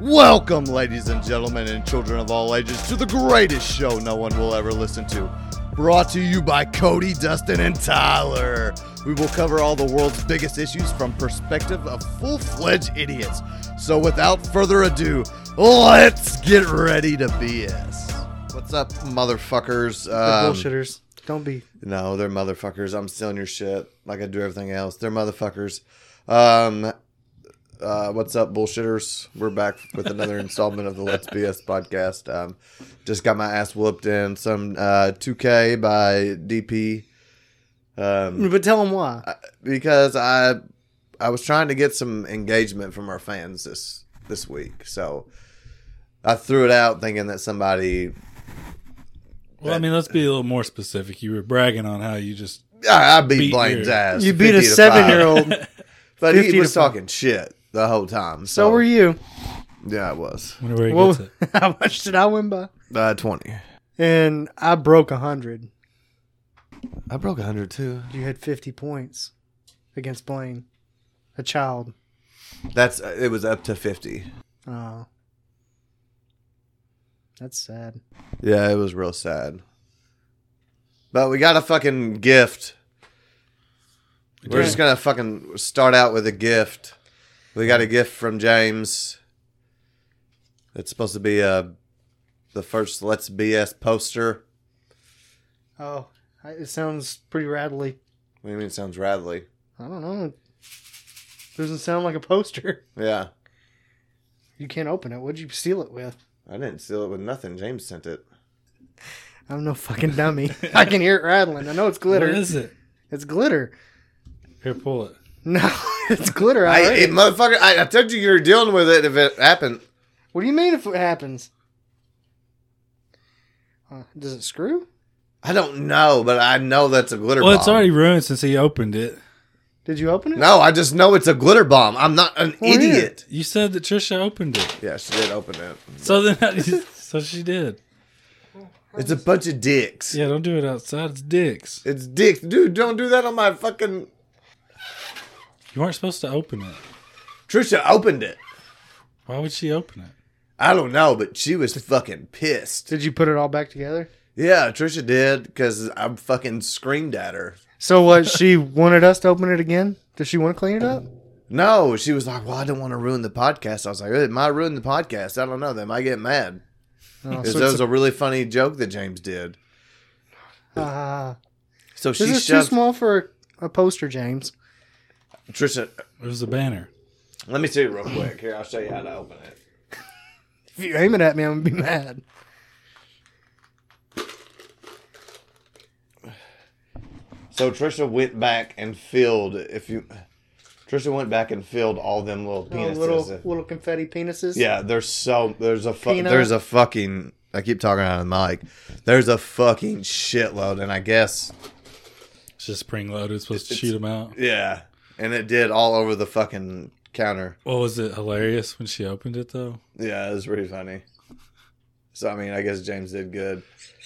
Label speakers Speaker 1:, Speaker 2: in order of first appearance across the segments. Speaker 1: Welcome, ladies and gentlemen, and children of all ages, to the greatest show no one will ever listen to. Brought to you by Cody, Dustin, and Tyler. We will cover all the world's biggest issues from perspective of full-fledged idiots. So without further ado, let's get ready to BS. What's up, motherfuckers?
Speaker 2: The
Speaker 1: Um,
Speaker 2: bullshitters. Don't be.
Speaker 1: No, they're motherfuckers. I'm stealing your shit like I do everything else. They're motherfuckers. Um, uh, what's up, bullshitters? We're back with another installment of the Let's BS podcast. Um, just got my ass whooped in some uh, 2K by DP. Um,
Speaker 2: But tell them why.
Speaker 1: because I I was trying to get some engagement from our fans this this week, so I threw it out thinking that somebody
Speaker 3: Well, I mean, let's be a little more specific. You were bragging on how you just
Speaker 1: I, I beat,
Speaker 3: Beat
Speaker 1: Blaine's
Speaker 3: your-
Speaker 1: ass.
Speaker 2: You beat
Speaker 1: 50
Speaker 2: a
Speaker 1: to five.
Speaker 2: seven-year-old.
Speaker 1: But he
Speaker 2: 50
Speaker 1: was
Speaker 2: to five.
Speaker 1: talking shit the whole time. So,
Speaker 2: so were you.
Speaker 1: Yeah, I was.
Speaker 3: wonder where he
Speaker 2: Well,
Speaker 3: gets it.
Speaker 2: how much did I win by?
Speaker 1: Uh, 20.
Speaker 2: And I broke hundred.
Speaker 1: I broke 100 too.
Speaker 2: You had fifty points against Blaine, a child.
Speaker 1: That's uh, it was up to 50.
Speaker 2: Oh, that's sad.
Speaker 1: Yeah, it was real sad. But we got a fucking gift. We're just going to fucking start out with a gift. We got a gift from James. It's supposed to be uh the first Let's BS poster.
Speaker 2: Oh, I- it sounds pretty rattly.
Speaker 1: What do you mean it sounds rattly?
Speaker 2: I don't know. It doesn't sound like a poster.
Speaker 1: Yeah.
Speaker 2: You can't open it. What'd you seal it with?
Speaker 1: I didn't seal it with nothing. James sent it.
Speaker 2: I'm no fucking dummy. I can hear it rattling. I know it's
Speaker 3: What
Speaker 2: glitter.
Speaker 3: is it?
Speaker 2: It's glitter.
Speaker 3: Here, pull it.
Speaker 2: No, it's glitter. I,
Speaker 1: I,
Speaker 2: already-
Speaker 1: it, motherfucker, I, I told you you were dealing with it if it happened.
Speaker 2: What do you mean if it happens? Uh, does it screw?
Speaker 1: I don't know, but I know that's a glitter
Speaker 3: Well,
Speaker 1: bomb.
Speaker 3: it's already ruined since he opened it.
Speaker 2: Did you open it?
Speaker 1: No, I just know it's a glitter bomb. I'm not an
Speaker 3: Oh,
Speaker 2: Weird.
Speaker 1: idiot.
Speaker 3: You said that Trisha opened it,
Speaker 1: Yeah, she did open it.
Speaker 3: so then so she did.
Speaker 1: It's a bunch of dicks.
Speaker 3: Yeah, don't do it outside. It's dicks.
Speaker 1: It's dicks. Dude, don't do that on my fucking.
Speaker 3: You weren't supposed to open it.
Speaker 1: Trisha opened it.
Speaker 3: Why would she open it?
Speaker 1: I don't know, but she was fucking pissed.
Speaker 2: Did you put it all back together?
Speaker 1: Yeah, Trisha did because I fucking screamed at her.
Speaker 2: So what? she wanted us to open it again. Does she want to clean it up?
Speaker 1: No, she was like, well, I don't want to ruin the podcast. I was like, it might ruin the podcast. I don't know. They might get mad.
Speaker 2: Oh,
Speaker 1: 'Cause
Speaker 2: so
Speaker 1: that
Speaker 2: it's
Speaker 1: was a really funny joke that James did.
Speaker 2: a- ah.
Speaker 1: So she
Speaker 2: this is too
Speaker 1: shoved
Speaker 2: small for a poster, James.
Speaker 1: Trisha.
Speaker 3: It was a banner.
Speaker 1: Let me see it real quick. Here, I'll show you how to open it.
Speaker 2: If you aim it at me, I'm gonna be mad.
Speaker 1: So Trisha went back and filled. If you, Trisha went back and filled all them little
Speaker 2: Oh,
Speaker 1: penises.
Speaker 2: little little confetti penises.
Speaker 1: yeah, there's so there's a fu-
Speaker 2: Peanut.
Speaker 1: there's a fucking. I keep talking out of the mic. There's a fucking shitload, and I guess
Speaker 3: It's just spring loaded. It's supposed to
Speaker 1: It's-
Speaker 3: shoot him out.
Speaker 1: yeah, and it did all over the fucking counter.
Speaker 3: Well, was it hilarious when she opened it though?
Speaker 1: Yeah, it was pretty funny. So I mean, I guess James did good,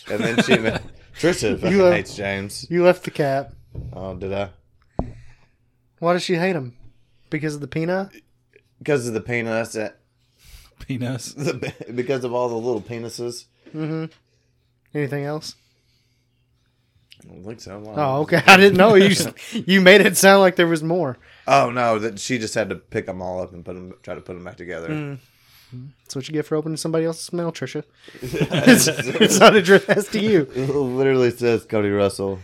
Speaker 1: and then she met Trisha fucking
Speaker 2: are-
Speaker 1: hates James.
Speaker 2: You left the cap.
Speaker 1: Oh, did I?
Speaker 2: Why does she hate him? Because of the peanut?
Speaker 1: Because of the penis, uh,
Speaker 3: Penis.
Speaker 1: the, because of all the little penises.
Speaker 2: Mm-hmm. Anything else?
Speaker 1: I don't think so.
Speaker 2: Oh, okay. I didn't know you. s- you made it sound like there was more.
Speaker 1: Oh no, that she just had to pick them all up and put them, try to put them back together.
Speaker 2: Hmm. That's what you get for opening somebody else's mail, Trisha. it's, it's not addressed to you.
Speaker 1: It literally says Cody Russell,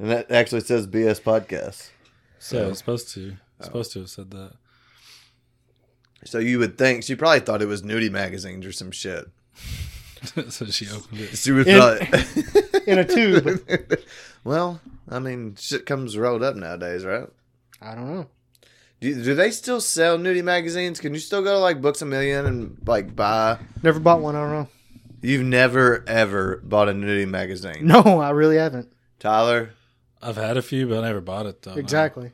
Speaker 1: and that actually says BS podcast.
Speaker 3: So it's supposed to. It's supposed to have said that.
Speaker 1: So you would think she probably thought it was nudie magazines or some shit.
Speaker 3: so she opened it.
Speaker 1: She would
Speaker 2: In-
Speaker 1: probably.
Speaker 2: In a tube.
Speaker 1: well, I mean, shit comes rolled up nowadays, right?
Speaker 2: I don't know.
Speaker 1: Do, do they still sell nudie magazines? Can you still go to like Books a Million and like buy?
Speaker 2: Never bought one. I don't know.
Speaker 1: You've never ever bought a nudie magazine,
Speaker 2: No, I really haven't.
Speaker 1: Tyler.
Speaker 3: I've had a few, but I never bought it though.
Speaker 2: Exactly.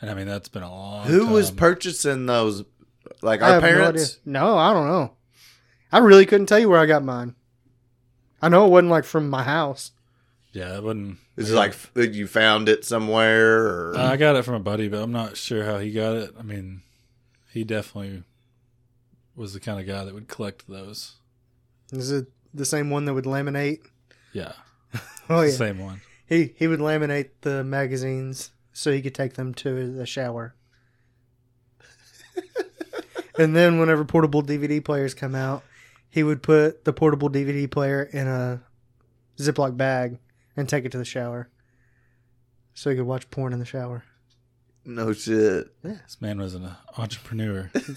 Speaker 3: And I mean, that's been a long.
Speaker 1: Who was
Speaker 3: time.
Speaker 1: purchasing those? Like
Speaker 2: I
Speaker 1: our
Speaker 2: have
Speaker 1: parents?
Speaker 2: No, idea. no, I don't know. I really couldn't tell you where I got mine. I know it wasn't like from my house.
Speaker 3: Yeah, it wouldn't.
Speaker 1: Is it like f- you found it somewhere? Or
Speaker 3: Uh, I got it from a buddy, but I'm not sure how he got it. I mean, he definitely was the kind of guy that would collect those.
Speaker 2: Is it the same one that would laminate?
Speaker 3: Yeah,
Speaker 2: Oh yeah,
Speaker 3: same one.
Speaker 2: he he would laminate the magazines so he could take them to the shower. and then whenever portable DVD players come out, he would put the portable DVD player in a Ziploc bag and take it to the shower. So he could watch porn in the shower.
Speaker 1: No shit.
Speaker 3: This man was an entrepreneur.
Speaker 1: Was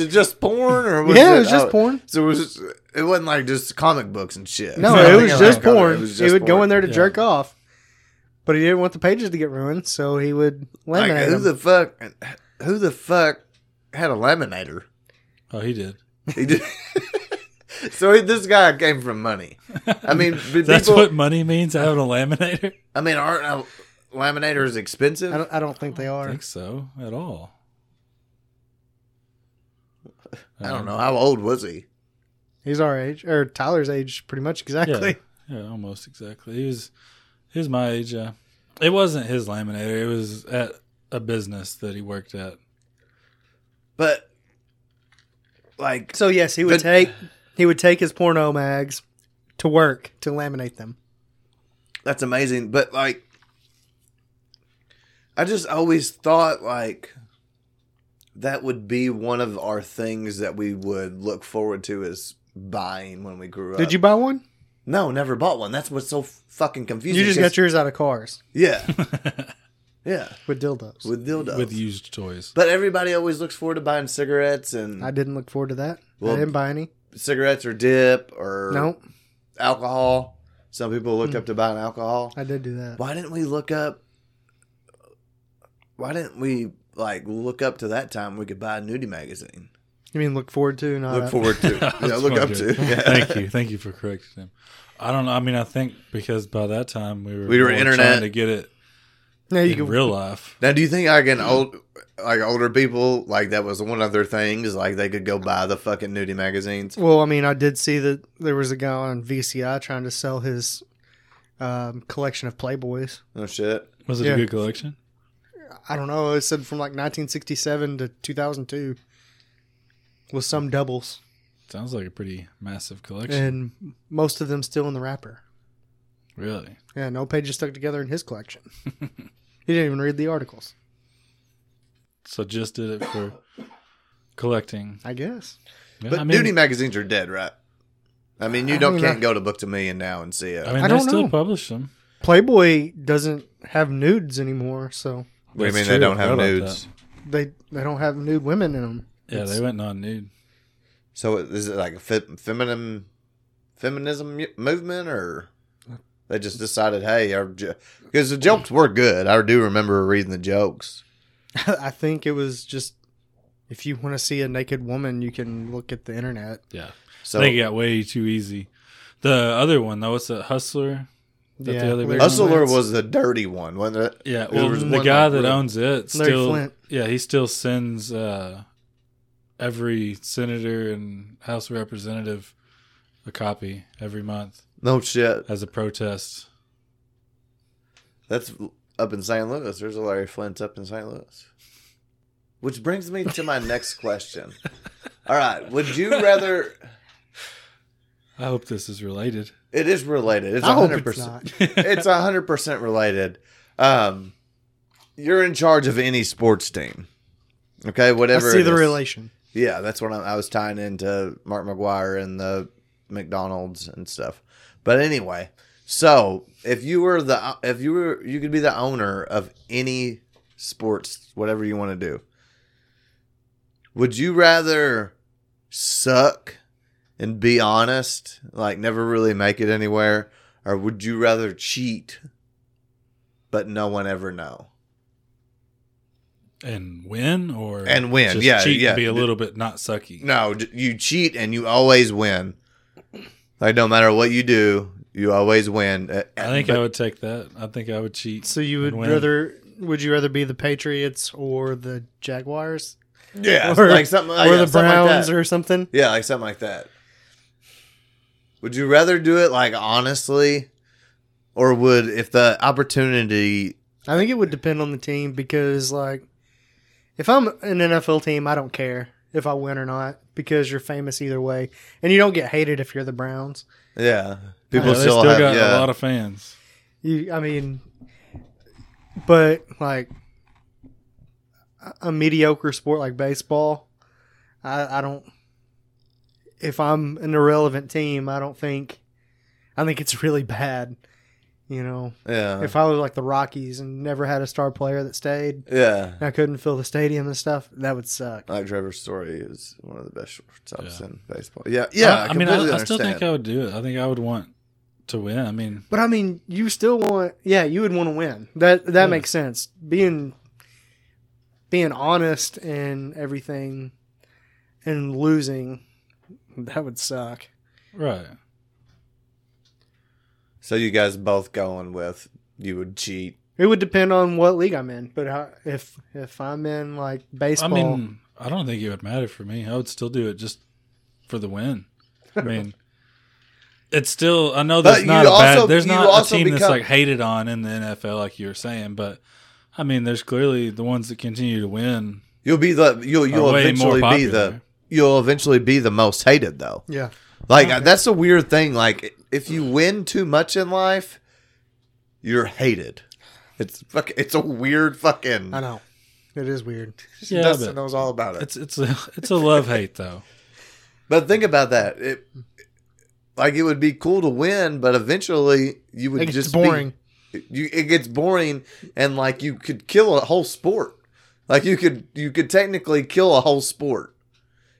Speaker 1: it just porn or was
Speaker 2: yeah, it
Speaker 1: it,
Speaker 2: was just
Speaker 1: oh,
Speaker 2: porn.
Speaker 1: So it was it wasn't like just comic books and shit.
Speaker 2: No,
Speaker 3: No, I
Speaker 2: it
Speaker 3: think
Speaker 2: was
Speaker 3: I like
Speaker 2: just
Speaker 3: cover.
Speaker 2: porn. he would go in there to
Speaker 3: Yeah.
Speaker 2: jerk off, but he didn't want the pages to get ruined, so he would
Speaker 1: Like,
Speaker 2: laminate
Speaker 1: who
Speaker 2: them.
Speaker 1: the fuck? Who the fuck had a laminator?
Speaker 3: oh, he did.
Speaker 1: He did. so he, this guy came from money. I mean, but
Speaker 3: That's
Speaker 1: people.
Speaker 3: what money means. Having a laminator.
Speaker 1: I mean, aren't uh, laminators expensive?
Speaker 2: I, don't, I don't think they
Speaker 3: I
Speaker 2: are.
Speaker 3: think so at all.
Speaker 1: I
Speaker 3: Um,
Speaker 1: don't know. How old was he?
Speaker 2: He's our age, or Tyler's age, pretty much exactly.
Speaker 3: Yeah, yeah, almost exactly. He was he was my age. Yeah, it wasn't his laminator. It was at a business that he worked at.
Speaker 1: But like,
Speaker 2: So yes, he would
Speaker 1: The-
Speaker 2: take he would take his porno mags to work to laminate them.
Speaker 1: that's amazing. But like, I just always thought like that would be one of our things that we would look forward to is buying when we grew up.
Speaker 2: Did you buy one?
Speaker 1: No, never bought one. That's what's so fucking confusing.
Speaker 2: You just
Speaker 1: 'cause-
Speaker 2: got yours out of cars
Speaker 1: yeah, yeah,
Speaker 2: with dildos.
Speaker 1: with dildos.
Speaker 3: With used toys.
Speaker 1: But everybody always looks forward to buying cigarettes and
Speaker 2: I didn't look forward to that.
Speaker 1: Well, er.
Speaker 2: I didn't buy any.
Speaker 1: cigarettes or dip or
Speaker 2: No, Mm.
Speaker 1: alcohol. Some people looked up to buying alcohol.
Speaker 2: I did do that.
Speaker 1: Why didn't we look up? Why didn't we like look up to that time we could buy a nudie magazine?
Speaker 2: You mean look forward to? Not
Speaker 1: Look forward to,
Speaker 3: I
Speaker 1: yeah,
Speaker 3: Uh, was
Speaker 1: look up to.
Speaker 3: wondering.
Speaker 1: Yeah.
Speaker 3: Thank you, thank you for correcting him. I don't know. I mean, I think because by that time we were
Speaker 1: We were
Speaker 3: more
Speaker 1: internet.
Speaker 3: trying to get it
Speaker 2: Yeah, you
Speaker 3: in
Speaker 2: can.
Speaker 3: real life.
Speaker 1: Now, do you think like an old, like older people, like that was one of their things? Like they could go buy the fucking nudie magazines.
Speaker 2: Well, I mean, I did see that there was a guy on VCI trying to sell his um, collection of Playboys.
Speaker 1: No shit.
Speaker 3: Was it
Speaker 2: Yeah.
Speaker 3: a good collection?
Speaker 2: I don't know. It said from like 1967 to 2002 with some doubles,
Speaker 3: Sounds like a pretty massive collection.
Speaker 2: and most of them still in the wrapper.
Speaker 3: Really?
Speaker 2: Yeah, no pages stuck together in his collection. he didn't even read the articles.
Speaker 3: So just did it for collecting.
Speaker 2: I guess.
Speaker 3: Yeah,
Speaker 1: But
Speaker 3: I mean,
Speaker 1: nudie magazines are dead, right? I mean, you
Speaker 2: I
Speaker 1: don't
Speaker 2: mean,
Speaker 1: can't
Speaker 2: I-
Speaker 1: go to Book to Million now and see it.
Speaker 3: I mean,
Speaker 2: I
Speaker 3: they
Speaker 2: don't
Speaker 3: still
Speaker 2: know.
Speaker 3: publish them.
Speaker 2: Playboy doesn't have nudes anymore, so
Speaker 1: What do you
Speaker 3: That's
Speaker 1: mean they
Speaker 3: true.
Speaker 1: don't
Speaker 3: I
Speaker 1: have
Speaker 3: forgot about
Speaker 1: nudes?
Speaker 3: that.
Speaker 2: they they don't have nude women in them.
Speaker 3: Yeah, they went non nude.
Speaker 1: So is it like a fe- feminine feminism mu- movement, or they just decided, hey, our because the jokes were good. I do remember reading the jokes.
Speaker 2: I think it was just if you want to see a naked woman, you can look at the internet.
Speaker 3: Yeah.
Speaker 1: So
Speaker 3: I think it got way too easy. The other one though, what's that Hustler? that the other
Speaker 2: Larry
Speaker 3: big one?
Speaker 1: Hustler
Speaker 2: Flint's-
Speaker 1: was the dirty one, wasn't it?
Speaker 3: Yeah,
Speaker 1: There
Speaker 3: well,
Speaker 1: was
Speaker 3: the
Speaker 1: one
Speaker 3: guy
Speaker 1: like
Speaker 3: that
Speaker 1: really-
Speaker 3: owns it
Speaker 2: Larry
Speaker 3: still.
Speaker 2: Flint.
Speaker 3: Yeah, he still sends uh, every senator and House representative a copy every month
Speaker 1: No shit.
Speaker 3: as a protest.
Speaker 1: That's up in St. Louis. There's a Larry Flint up in St. Louis. Which brings me to my next question. All right, would you rather?
Speaker 3: I hope this is related.
Speaker 1: It is related. It's
Speaker 2: I hope
Speaker 1: hundred
Speaker 2: it's
Speaker 1: percent.
Speaker 2: not.
Speaker 1: it's a hundred percent related. Um, you're in charge of any sports team. Okay,
Speaker 2: I
Speaker 1: whatever.
Speaker 2: see
Speaker 1: it
Speaker 2: the
Speaker 1: is.
Speaker 2: relation.
Speaker 1: Yeah, that's what I'm, I was tying into Mark McGuire and the McDonald's and stuff. But anyway, so if you were the if you were you could be the owner of any sports, whatever you want to do. Would you rather suck and be honest, like never really make it anywhere, or would you rather cheat but no one ever know?
Speaker 3: And win or
Speaker 1: And win,
Speaker 3: Just
Speaker 1: yeah,
Speaker 3: cheat and
Speaker 1: yeah.
Speaker 3: be a little bit not sucky.
Speaker 1: No, d- you cheat and you always win. Like no matter what you do, you always win. Uh,
Speaker 3: I think
Speaker 1: but-
Speaker 3: I would take that. I think I would cheat.
Speaker 2: So you would
Speaker 3: and win.
Speaker 2: rather would you rather be the Patriots or the Jaguars
Speaker 1: yeah,
Speaker 2: or-
Speaker 1: like something like,
Speaker 2: or
Speaker 1: Uh, yeah,
Speaker 2: the
Speaker 1: something like
Speaker 2: Browns
Speaker 1: that.
Speaker 2: or something?
Speaker 1: yeah, like something like that. Would you rather do it like honestly, or would if the opportunity?
Speaker 2: I think it would depend on the team because like if I'm an NFL team, I don't care. if I win or not because you're famous either way, and you don't get hated if you're the Browns.
Speaker 1: Yeah.
Speaker 3: Yeah,
Speaker 1: People
Speaker 3: they
Speaker 1: still,
Speaker 3: still
Speaker 1: have
Speaker 3: got
Speaker 1: yeah.
Speaker 3: a lot of fans.
Speaker 2: You, I mean, but like a- a mediocre sport like baseball, I, I don't. If I'm an irrelevant team, I don't think. I think it's really bad. You know,
Speaker 1: yeah.
Speaker 2: if I was like the Rockies and never had a star player that stayed,
Speaker 1: yeah.
Speaker 2: and I couldn't fill the stadium and stuff, that would suck.
Speaker 1: Like Trevor's story is one of the best shortstops
Speaker 3: Yeah.
Speaker 1: in baseball. Yeah, yeah. I,
Speaker 3: I, I mean,
Speaker 1: completely
Speaker 3: I, I still
Speaker 1: understand.
Speaker 3: think I would do it. I think I would want to win. I mean,
Speaker 2: But I mean, you still want, yeah, you would want to win. That that
Speaker 3: Yeah.
Speaker 2: makes sense. Being being honest and everything, and losing, that would suck.
Speaker 3: right?
Speaker 1: so you guys both going with you would cheat.
Speaker 2: It would depend on what league I'm in. But how, if if I'm in like baseball,
Speaker 3: I mean, I don't think it would matter for me. I would still do it just for the win. I mean, it's still. I know
Speaker 1: But
Speaker 3: there's
Speaker 1: you
Speaker 3: not a
Speaker 1: also-
Speaker 3: bad. There's
Speaker 1: you
Speaker 3: not a
Speaker 1: also
Speaker 3: team that's
Speaker 1: become-
Speaker 3: like hated on in the NFL, like you were saying. But I mean, there's clearly the ones that continue to win.
Speaker 1: You'll be the you'll
Speaker 3: are
Speaker 1: you'll
Speaker 3: way
Speaker 1: eventually
Speaker 3: more
Speaker 1: be the
Speaker 3: popular.
Speaker 1: you'll eventually be the most hated though.
Speaker 2: yeah,
Speaker 1: Like
Speaker 2: Okay.
Speaker 1: that's a weird thing. Like if you win too much in life, you're hated. It's fuck. It's a weird fucking.
Speaker 2: I know it is weird.
Speaker 3: Yeah,
Speaker 1: Dustin
Speaker 3: but-
Speaker 1: knows all about it.
Speaker 3: It's it's a it's a love hate though.
Speaker 1: But think about that. It like it would be cool to win, but eventually you would
Speaker 2: It's
Speaker 1: just be-
Speaker 2: boring.
Speaker 1: you it gets boring and like you could kill a whole sport like you could you could technically kill a whole sport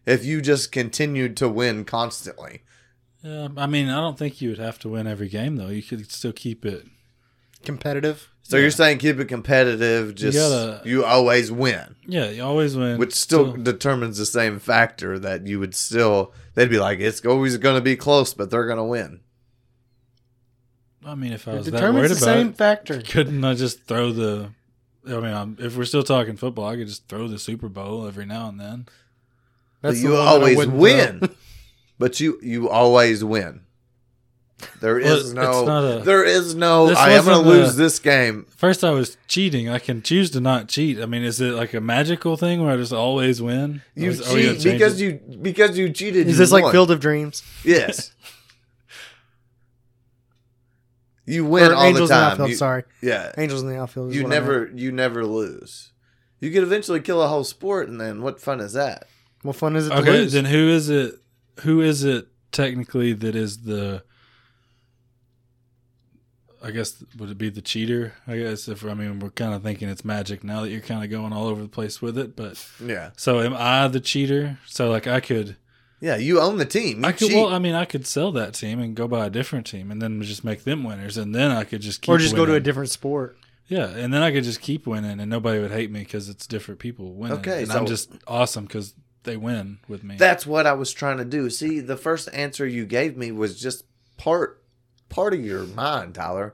Speaker 1: if you just continued to win constantly
Speaker 3: Yeah, I mean, I don't think you would have to win every game though. You could still keep it.
Speaker 2: competitive.
Speaker 1: so
Speaker 3: Yeah.
Speaker 1: you're saying keep it competitive just you,
Speaker 3: gotta-
Speaker 1: always win
Speaker 3: Yeah, you always win.
Speaker 1: which still determines the same factor that you would still they'd be like it's always going to be close but they're going to win
Speaker 3: I mean, if I
Speaker 2: It
Speaker 3: was that worried
Speaker 2: determines
Speaker 3: about
Speaker 2: the same
Speaker 3: it,
Speaker 2: factor.
Speaker 3: couldn't I just throw the? I mean, I'm, if we're still talking football, I could just throw the Super Bowl every now and then.
Speaker 1: but
Speaker 2: the
Speaker 1: you
Speaker 2: one that I
Speaker 1: always
Speaker 2: wouldn't
Speaker 1: win
Speaker 2: throw.
Speaker 1: but you you always win there
Speaker 3: Well,
Speaker 1: is
Speaker 3: it's
Speaker 1: no
Speaker 3: not a-
Speaker 1: there is no
Speaker 3: This
Speaker 1: i am going
Speaker 3: wasn't
Speaker 1: to
Speaker 3: a-
Speaker 1: lose this game
Speaker 3: First, I was cheating. I can choose to not cheat. I mean, is it like a magical thing where I just always win?
Speaker 1: You
Speaker 3: Is- are we gonna
Speaker 1: cheat
Speaker 3: oh, change
Speaker 1: because
Speaker 3: it?
Speaker 1: you because you cheated.
Speaker 2: Is
Speaker 1: you
Speaker 2: this like
Speaker 1: won.
Speaker 2: Field of Dreams?
Speaker 1: Yes. you win
Speaker 2: Or
Speaker 1: all
Speaker 2: Angels
Speaker 1: the
Speaker 2: in the
Speaker 1: time.
Speaker 2: outfield.
Speaker 1: You-
Speaker 2: sorry,
Speaker 1: Yeah,
Speaker 2: Angels in the outfield. is
Speaker 1: you
Speaker 2: what I meant.
Speaker 1: never you never lose. You could eventually kill a whole sport, and then what fun is that?
Speaker 2: What fun is it to
Speaker 3: Okay,
Speaker 2: lose?
Speaker 3: then who is it? Who is it technically that is the? I guess would it be the cheater? I guess if I mean we're kind of thinking it's magic now that you're kind of going all over the place with it, but
Speaker 1: Yeah,
Speaker 3: so am I the cheater? So like I could,
Speaker 1: yeah. You own the team. You
Speaker 3: I could.
Speaker 1: cheat.
Speaker 3: Well, I mean I could sell that team and go buy a different team and then just make them winners, and then I could just keep
Speaker 2: or just go to a
Speaker 3: winning.
Speaker 2: different sport.
Speaker 3: Yeah, and then I could just keep winning, and nobody would hate me because it's different people winning.
Speaker 1: Okay,
Speaker 3: and
Speaker 1: so-
Speaker 3: I'm just awesome because they win with me.
Speaker 1: That's what I was trying to do. See, the first answer you gave me was just part part of your mind, Tyler.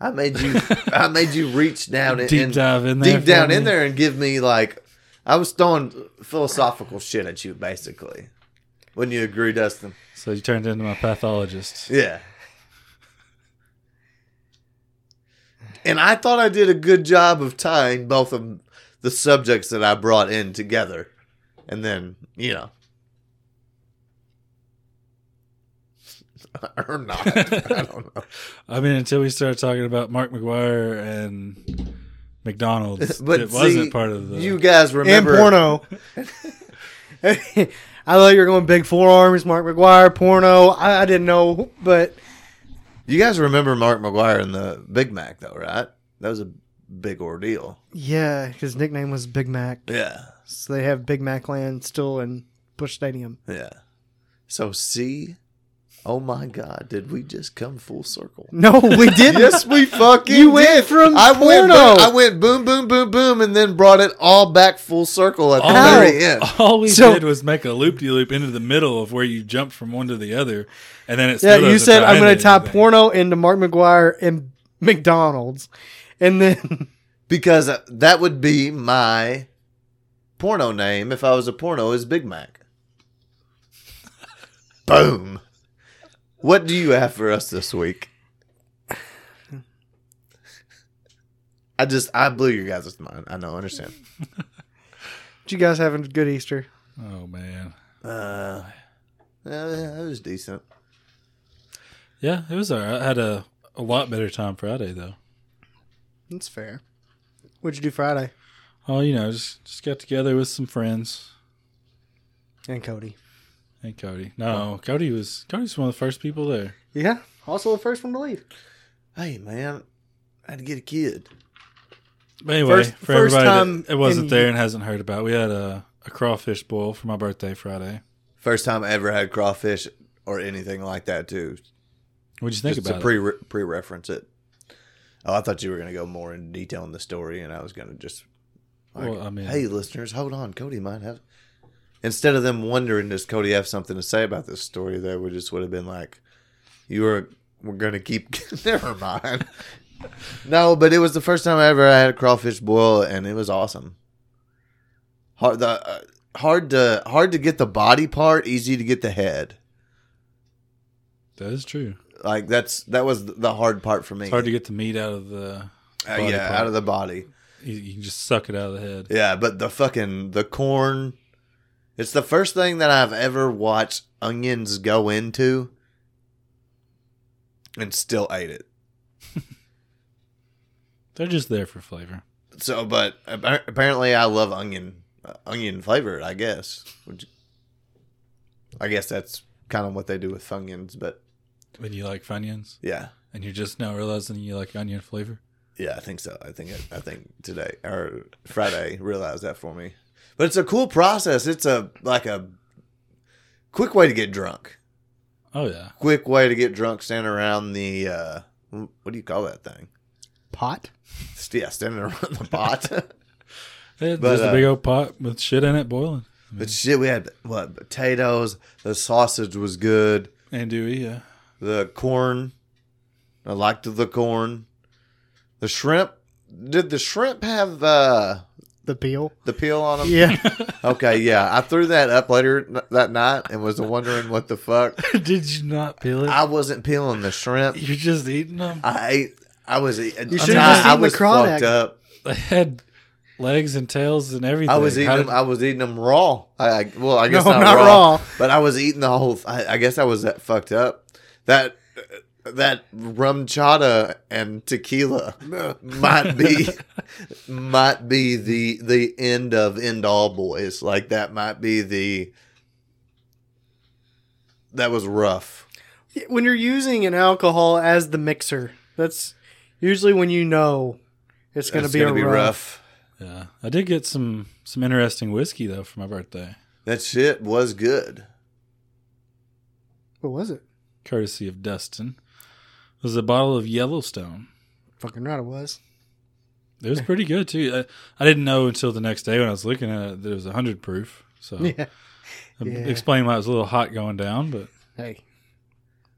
Speaker 1: I made you I made you reach down and,
Speaker 3: deep
Speaker 1: and
Speaker 3: dive in there,
Speaker 1: deep down
Speaker 3: for
Speaker 1: in
Speaker 3: me.
Speaker 1: there and give me like I was throwing philosophical shit at you basically. Wouldn't you agree, Dustin?
Speaker 3: So you turned into my pathologist.
Speaker 1: Yeah. And I thought I did a good job of tying both of the subjects that I brought in together. And then, you know. or not. I don't know.
Speaker 3: I mean, until we started talking about Mark McGuire and McDonald's,
Speaker 1: But
Speaker 3: it
Speaker 1: see,
Speaker 3: wasn't part of the.
Speaker 1: You guys remember
Speaker 2: and porno. I thought you were going big forearms, Mark McGuire, porno. I, I didn't know, but
Speaker 1: You guys remember Mark McGuire and the Big Mac though, right? That was a big ordeal.
Speaker 2: yeah, his nickname was Big Mac.
Speaker 1: Yeah.
Speaker 2: So they have Big Mac Land still in Bush Stadium.
Speaker 1: Yeah. So see, oh my God, did we just come full circle?
Speaker 2: No, we didn't.
Speaker 1: yes, we fucking.
Speaker 2: You went
Speaker 1: did.
Speaker 2: from
Speaker 1: I went.
Speaker 2: porno.
Speaker 1: I went boom, boom, boom, boom, and then brought it all back full circle at the
Speaker 3: all,
Speaker 2: How?
Speaker 1: very end.
Speaker 3: all we
Speaker 2: So-
Speaker 3: did was make a loop de loop into the middle of where you jumped from one to the other, and then it.
Speaker 2: yeah,
Speaker 3: still
Speaker 2: you
Speaker 3: doesn't
Speaker 2: said I'm
Speaker 3: tie
Speaker 2: going to
Speaker 3: into
Speaker 2: tie
Speaker 3: anything.
Speaker 2: porno into Mark McGuire and McDonald's, and then
Speaker 1: Because that would be my porno name if I was a porno is Big Mac. Boom. What do you have for us this week? I just I blew your guys' mind. I know, I understand.
Speaker 2: did you guys have a good Easter?
Speaker 3: Oh man.
Speaker 1: Uh, yeah, that was decent.
Speaker 3: Yeah, it was alright. I had a, a lot better time Friday though.
Speaker 2: That's fair. What'd you do Friday?
Speaker 3: Oh, you know, just just got together with some friends
Speaker 2: And Cody.
Speaker 3: and Cody. No, Cody was Cody's one of the first people there.
Speaker 2: Yeah. Also the first one to leave.
Speaker 1: Hey, man, I had to get a kid.
Speaker 3: But anyway,
Speaker 2: First-
Speaker 3: for
Speaker 2: first
Speaker 3: everybody
Speaker 2: time
Speaker 3: that it wasn't
Speaker 2: in-
Speaker 3: there and hasn't heard about, we had a, a crawfish boil for my birthday Friday.
Speaker 1: First time I ever had crawfish or anything like that, too.
Speaker 3: What'd you think
Speaker 1: Just
Speaker 3: about
Speaker 1: to
Speaker 3: it?
Speaker 1: pre pre reference it. Oh, I thought you were going to go more in detail in the story, and I was going to just like,
Speaker 3: Well, I mean-
Speaker 1: hey, listeners, hold on, Cody might have. Instead of them wondering, does Cody have something to say about this story? They would just would have been like, "You were, we're going to keep." Never mind. no, but it was the first time I ever had a crawfish boil, and it was awesome. Hard the uh, hard to hard to get the body part, easy to get the head.
Speaker 3: That is true.
Speaker 1: Like that's that was the hard part for me.
Speaker 3: It's hard to get the meat out of the.
Speaker 1: Uh,
Speaker 3: body
Speaker 1: yeah,
Speaker 3: part.
Speaker 1: out of the body.
Speaker 3: You, you can just suck it out of the head.
Speaker 1: Yeah, but the fucking the corn. It's the first thing that I've ever watched onions go into, and still ate it.
Speaker 3: They're just there for flavor.
Speaker 1: So, but appa- apparently, I love onion uh, onion flavor. I guess. Which, I guess that's kind of what they do with onions. But
Speaker 3: When you like Funyuns,
Speaker 1: yeah,
Speaker 3: and you're just now realizing you like onion flavor.
Speaker 1: yeah, I think so. I think I think today or Friday realized that for me. But it's a cool process. It's a like a quick way to get drunk.
Speaker 3: Oh yeah,
Speaker 1: quick way to get drunk standing around the uh what do you call that thing
Speaker 2: Pot?
Speaker 1: St- yeah standing around the pot
Speaker 3: It-
Speaker 1: But,
Speaker 3: there's a
Speaker 1: uh,
Speaker 3: big old pot with shit in it boiling.
Speaker 1: but shit we had what potatoes the sausage was good
Speaker 3: Andouille, yeah.
Speaker 1: the corn i liked the corn the shrimp did the shrimp have uh
Speaker 2: The peel?
Speaker 1: the peel on them
Speaker 2: Yeah.
Speaker 1: okay yeah i threw that up later n- that night and was wondering what the fuck
Speaker 3: Did you not peel it?
Speaker 1: i wasn't peeling the shrimp
Speaker 3: You're just eating them.
Speaker 1: i ate i was you I,
Speaker 2: should've just
Speaker 1: I
Speaker 2: eaten the
Speaker 1: was
Speaker 2: crawdad.
Speaker 1: fucked up
Speaker 3: They had legs and tails and everything.
Speaker 1: I was eating
Speaker 3: How
Speaker 1: them.
Speaker 3: did-
Speaker 1: I was eating them raw. I, I well, I guess
Speaker 2: No,
Speaker 1: not,
Speaker 2: not
Speaker 1: raw,
Speaker 2: raw.
Speaker 1: but I was eating the whole. I, I guess I was that fucked up. That that rum chata and tequila might be might be the the end of end all boys. Like that might be the that was rough.
Speaker 2: when you're using an alcohol as the mixer, that's usually when you know it's going to
Speaker 1: It's
Speaker 2: be a rough.
Speaker 3: yeah, I did get some some interesting whiskey though for my birthday,
Speaker 1: That shit was good.
Speaker 2: What was it?
Speaker 3: courtesy of Dustin. It was a bottle of Yellowstone.
Speaker 2: Fucking right, it was.
Speaker 3: It was pretty good too. I, I didn't know until the next day when I was looking at it that it was hundred proof. So
Speaker 1: Oh.
Speaker 2: Yeah.
Speaker 3: I
Speaker 2: Yeah.
Speaker 3: explained why it was a little hot going down, but
Speaker 2: Hey,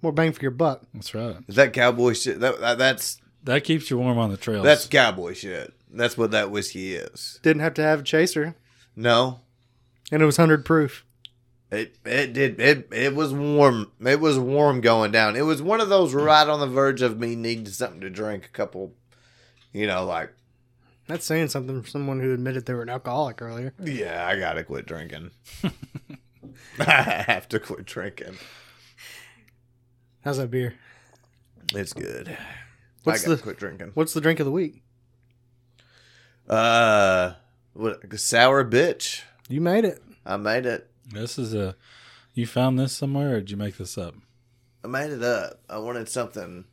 Speaker 2: more bang for your buck.
Speaker 3: that's right.
Speaker 1: That cowboy shit. That, that that's
Speaker 3: That keeps you warm on the trails.
Speaker 1: that's cowboy shit. That's what that whiskey is.
Speaker 2: Didn't have to have a chaser,
Speaker 1: No,
Speaker 2: and it was hundred proof.
Speaker 1: It it did it it was warm. It was warm going down. It was one of those right on the verge of me needing something to drink. A couple, you know, like
Speaker 2: That's saying something for someone who admitted they were an alcoholic earlier.
Speaker 1: yeah, I gotta quit drinking. I have to quit drinking.
Speaker 2: How's that beer?
Speaker 1: It's good.
Speaker 2: What's
Speaker 1: I gotta
Speaker 2: the-
Speaker 1: quit drinking.
Speaker 2: What's the drink of the week?
Speaker 1: Uh, what sour bitch?
Speaker 2: You made it.
Speaker 1: I made it.
Speaker 3: this is a. You found this somewhere, or did you make this up?
Speaker 1: I made it up. I wanted something.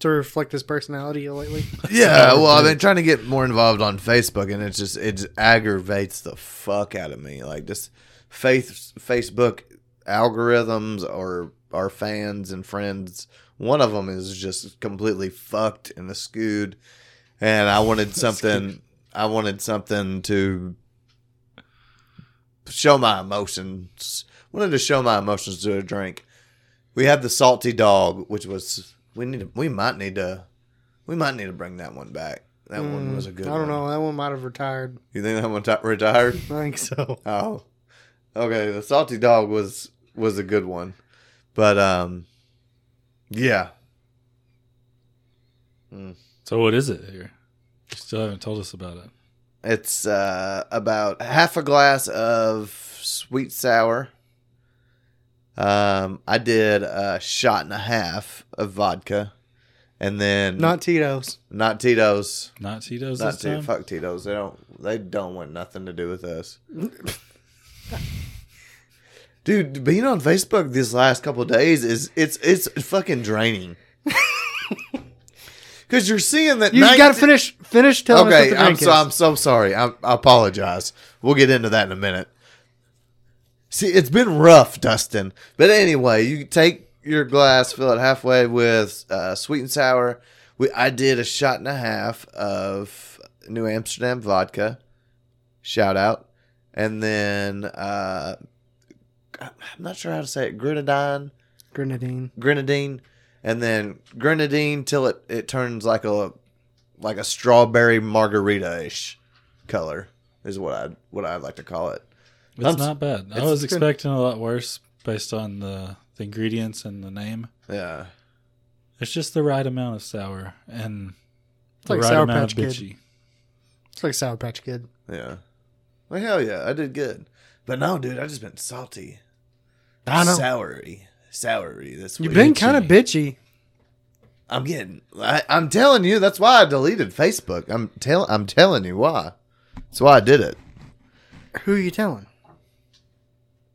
Speaker 2: To reflect his personality lately.
Speaker 1: Yeah, well, I've been trying to get more involved on Facebook, and it's just it just aggravates the fuck out of me. Like just faith Facebook algorithms or our fans and friends. One of them is just completely fucked and skewed, and I wanted something. I wanted something to show my emotions. Wanted to show my emotions to a drink. We had the salty dog, which was we need. We might need to. We might need to bring that one back. That one was a good.
Speaker 2: Mm, I
Speaker 1: one.
Speaker 2: don't know. That one might have retired.
Speaker 1: You think that one t- retired?
Speaker 2: I think so.
Speaker 1: Oh, okay. The salty dog was was a good one, but um, yeah.
Speaker 3: So what is it here? You still haven't told us about it.
Speaker 1: It's uh, about half a glass of sweet sour. Um, I did a shot and a half of vodka, and then
Speaker 2: Not Tito's.
Speaker 1: not Tito's.
Speaker 3: Not Tito's
Speaker 1: Not
Speaker 3: this
Speaker 1: Tito.
Speaker 3: time.
Speaker 1: Fuck Tito's. They don't. They don't want nothing to do with us. Dude, being on Facebook these last couple of days is it's it's fucking draining. Because you're seeing that
Speaker 2: You got to
Speaker 1: 19
Speaker 2: finish finish telling us what
Speaker 1: Okay,
Speaker 2: the
Speaker 1: I'm
Speaker 2: drink
Speaker 1: so
Speaker 2: is.
Speaker 1: I'm so sorry. I, I apologize. We'll get into that in a minute. See, it's been rough, Dustin. But anyway, you take your glass, fill it halfway with uh, sweet and sour. We I did a shot and a half of New Amsterdam vodka. Shout out, and then uh, I'm not sure how to say it. Grenadine
Speaker 2: Grenadine.
Speaker 1: grenadine and then grenadine till it, it turns like a like a strawberry margarita ish color is what I what I'd like to call it.
Speaker 3: It's
Speaker 1: I'm-
Speaker 3: not bad. I
Speaker 1: it's
Speaker 3: was
Speaker 1: good.
Speaker 3: expecting a lot worse based on the, the ingredients and the name.
Speaker 1: Yeah.
Speaker 3: It's just the right amount of sour and
Speaker 2: It's
Speaker 3: the
Speaker 2: like
Speaker 3: right
Speaker 2: Sour
Speaker 3: amount
Speaker 2: Patch
Speaker 3: of
Speaker 2: Kid.
Speaker 3: bitchy.
Speaker 2: It's like Sour Patch Kid.
Speaker 1: Yeah. Well hell yeah, I did good. But no, dude, I just been salty.
Speaker 2: I know.
Speaker 1: Soury. Soury this week.
Speaker 2: You've been kind of bitchy.
Speaker 1: I'm getting I, I'm telling you, that's why I deleted Facebook. I'm tell I'm telling you why. That's why I did it.
Speaker 2: Who are you telling?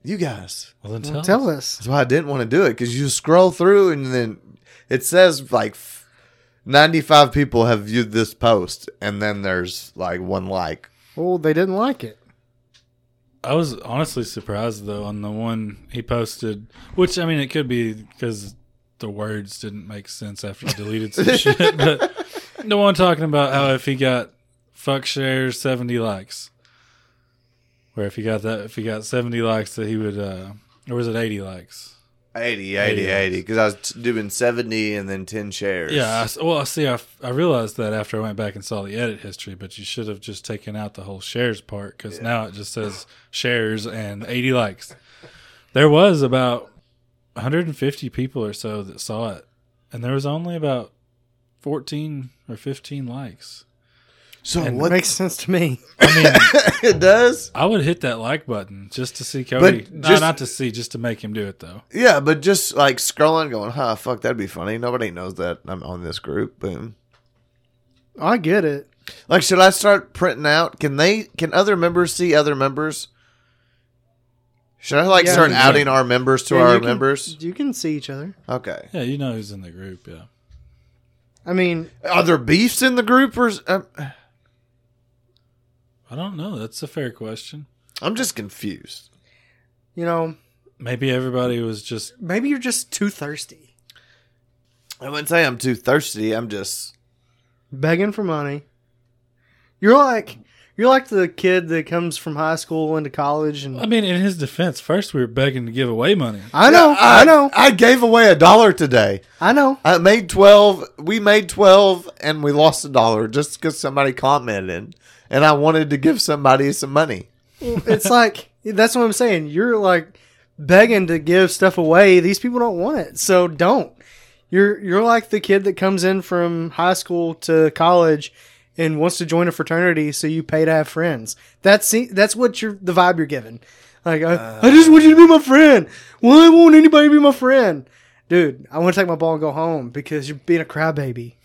Speaker 1: You guys.
Speaker 3: Well, then
Speaker 2: Tell,
Speaker 3: tell, us.
Speaker 2: us.
Speaker 1: That's why I didn't want to do it because you scroll through and then it says like f- 95 people have viewed this post and then there's like one like.
Speaker 2: Well, they didn't like it.
Speaker 3: I was honestly surprised though on the one he posted, which I mean it could be because the words didn't make sense after he deleted some shit. But the one talking about how if he got fuck shares seventy likes, where if he got that if he got seventy likes that he would, uh or was it eighty likes?
Speaker 1: 80, 80, 80. Because I was t- doing 70 and then 10 shares.
Speaker 3: Yeah. I s well, I see. I, f- I realized that after I went back and saw the edit history, but you should have just taken out the whole shares part because now it just says shares and 80 likes. There was about 150 people or so that saw it, and there was only about 14 or 15 likes.
Speaker 1: So
Speaker 3: And
Speaker 1: what?
Speaker 2: Makes sense to me.
Speaker 1: it does?
Speaker 3: I would hit that like button just to see Cody.
Speaker 1: But
Speaker 3: no,
Speaker 1: just-
Speaker 3: not to see, just to make him do it though.
Speaker 1: Yeah, but just like scrolling, going, huh, fuck, that'd be funny. Nobody knows that I'm on this group. Boom.
Speaker 2: I get it.
Speaker 1: Like, should I start printing out? Can they? Can other members see other members? Should I like
Speaker 2: Yeah,
Speaker 1: start
Speaker 2: you
Speaker 3: can.
Speaker 1: outing our members to
Speaker 2: Yeah,
Speaker 1: our
Speaker 2: you can-
Speaker 1: members?
Speaker 2: You can see each other.
Speaker 1: Okay.
Speaker 3: Yeah, you know who's in the group. Yeah.
Speaker 2: I mean,
Speaker 1: Are there beefs in the group, or is- um, I'm,
Speaker 3: I don't know. That's a fair question.
Speaker 1: I'm just confused?
Speaker 2: you know,
Speaker 3: Maybe everybody was just
Speaker 2: maybe you're just too thirsty,
Speaker 1: I wouldn't say I'm too thirsty. I'm just
Speaker 2: begging for money. You're like you're like the kid that comes from high school into college, and
Speaker 1: Uh,
Speaker 3: I mean, in his defense, first we were begging to give away money.
Speaker 2: I know, I, know,
Speaker 1: I gave away a dollar today.
Speaker 2: I know.
Speaker 1: I made twelve. We made twelve, and we lost a dollar just because somebody commented, and I wanted to give somebody some money.
Speaker 2: It's like that's what I'm saying. You're like begging to give stuff away. These people don't want it, so don't. You're you're like the kid that comes in from high school to college and wants to join a fraternity, so you pay to have friends. That's se- that's what you're the vibe you're giving. Like I, I just want you to be my friend. Why won't anybody be my friend, dude? I want to take my ball and go home because you're being a crybaby.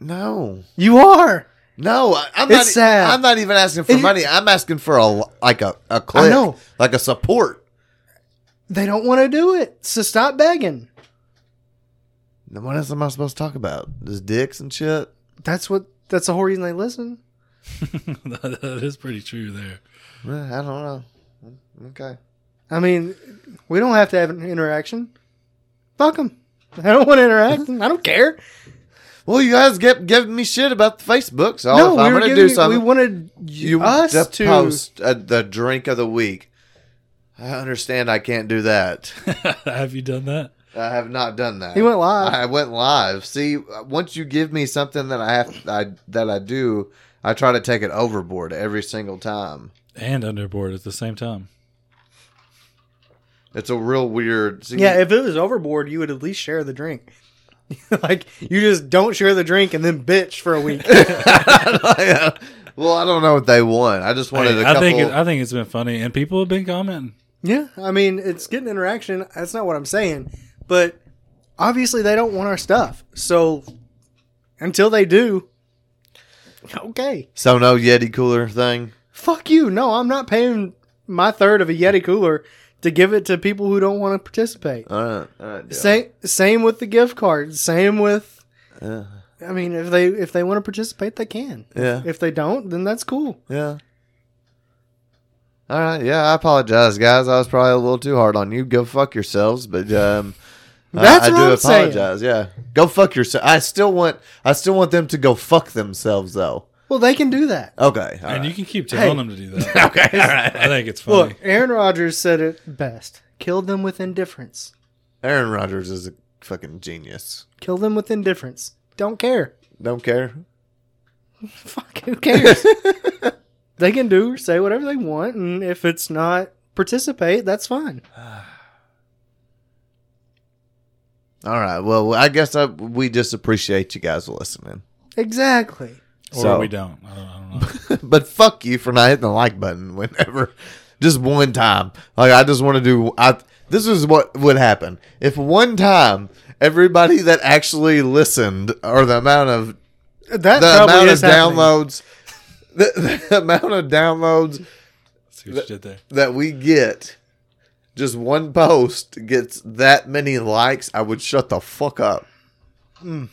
Speaker 1: No,
Speaker 2: You are.
Speaker 1: no, I- I'm
Speaker 2: It's
Speaker 1: not. e-,
Speaker 2: sad.
Speaker 1: I'm not even asking for
Speaker 2: And you-
Speaker 1: money. I'm asking for a like a a click,
Speaker 2: know.
Speaker 1: like a support.
Speaker 2: They don't want to do it, so stop begging.
Speaker 1: Then What else am I supposed to talk about? Just dicks and shit.
Speaker 2: That's what. That's the whole reason they listen.
Speaker 3: that that is pretty true there.
Speaker 1: Eh, I don't know. Mm, Okay.
Speaker 2: I mean, we don't have to have an interaction. Fuck them. I don't want to interact. I don't care.
Speaker 1: Well, you guys kept giving me shit about the Facebook, so
Speaker 2: no,
Speaker 1: Oh, if
Speaker 2: we
Speaker 1: I'm
Speaker 2: were
Speaker 1: going to
Speaker 2: giving
Speaker 1: do
Speaker 2: you- We
Speaker 1: something,
Speaker 2: wanted
Speaker 1: you
Speaker 2: you
Speaker 1: want
Speaker 2: us
Speaker 1: to
Speaker 2: to,
Speaker 1: post uh the drink of the week. I understand I can't do that.
Speaker 3: Have you done that?
Speaker 1: I have not done that.
Speaker 2: He went live.
Speaker 1: I went live. See, uh, once you give me something that I have, I, that I do, I try to take it overboard every single time.
Speaker 3: And underboard at the same time.
Speaker 1: It's a real weird. See,
Speaker 2: Yeah, if it was overboard, you would at least share the drink. like you just don't share the drink and then bitch for a week.
Speaker 1: well, I don't know what they want. I just wanted
Speaker 3: Hey,
Speaker 1: a
Speaker 3: I
Speaker 1: couple.
Speaker 3: think it, I think it's been funny, and people have been commenting.
Speaker 2: yeah, I mean it's getting interaction. That's not what I'm saying, but obviously they don't want our stuff. So until they do, okay,
Speaker 1: so no Yeti cooler thing.
Speaker 2: fuck you. No, I'm not paying my third of a Yeti cooler to give it to people who don't want to participate.
Speaker 1: All right, all right. deal.
Speaker 2: Same same with the gift cards. Same with.
Speaker 1: Yeah.
Speaker 2: I mean, if they if they want to participate, they can.
Speaker 1: Yeah.
Speaker 2: If they don't, then that's cool.
Speaker 1: Yeah. All right. Yeah, I apologize, guys. I was probably a little too hard on you. Go fuck yourselves. But um, I-
Speaker 2: That's
Speaker 1: I,
Speaker 2: what
Speaker 1: do
Speaker 2: I'm saying.
Speaker 1: apologize. Yeah. Go fuck yourself. I still want. I still want them to go fuck themselves, though.
Speaker 2: Well, they can do that.
Speaker 1: Okay. all
Speaker 3: and you
Speaker 1: right.
Speaker 3: can keep telling
Speaker 2: Hey.
Speaker 3: them to do that.
Speaker 1: okay. All right.
Speaker 3: I think it's funny.
Speaker 2: Look, Aaron Rodgers said it best: "Kill them with indifference.
Speaker 1: Aaron Rodgers is a fucking genius.
Speaker 2: Kill them with indifference. Don't care.
Speaker 1: Don't care.
Speaker 2: Fuck, who cares? they can do or say whatever they want, and if it's not participate, that's fine.
Speaker 1: All right. Well, I guess I, we just appreciate you guys listening.
Speaker 2: Exactly.
Speaker 3: or
Speaker 1: So-
Speaker 3: we don't. I don't, I don't know.
Speaker 1: but fuck you for not hitting the like button whenever, just one time. Like I just want to do. I this is what would happen if one time everybody that actually listened or the amount of
Speaker 2: That
Speaker 1: the
Speaker 2: probably
Speaker 1: amount of
Speaker 2: is happening.
Speaker 1: downloads, the, the amount of downloads
Speaker 3: See what you did there.
Speaker 1: that we get, just one post gets that many likes. I would shut the fuck up.
Speaker 2: Hmm.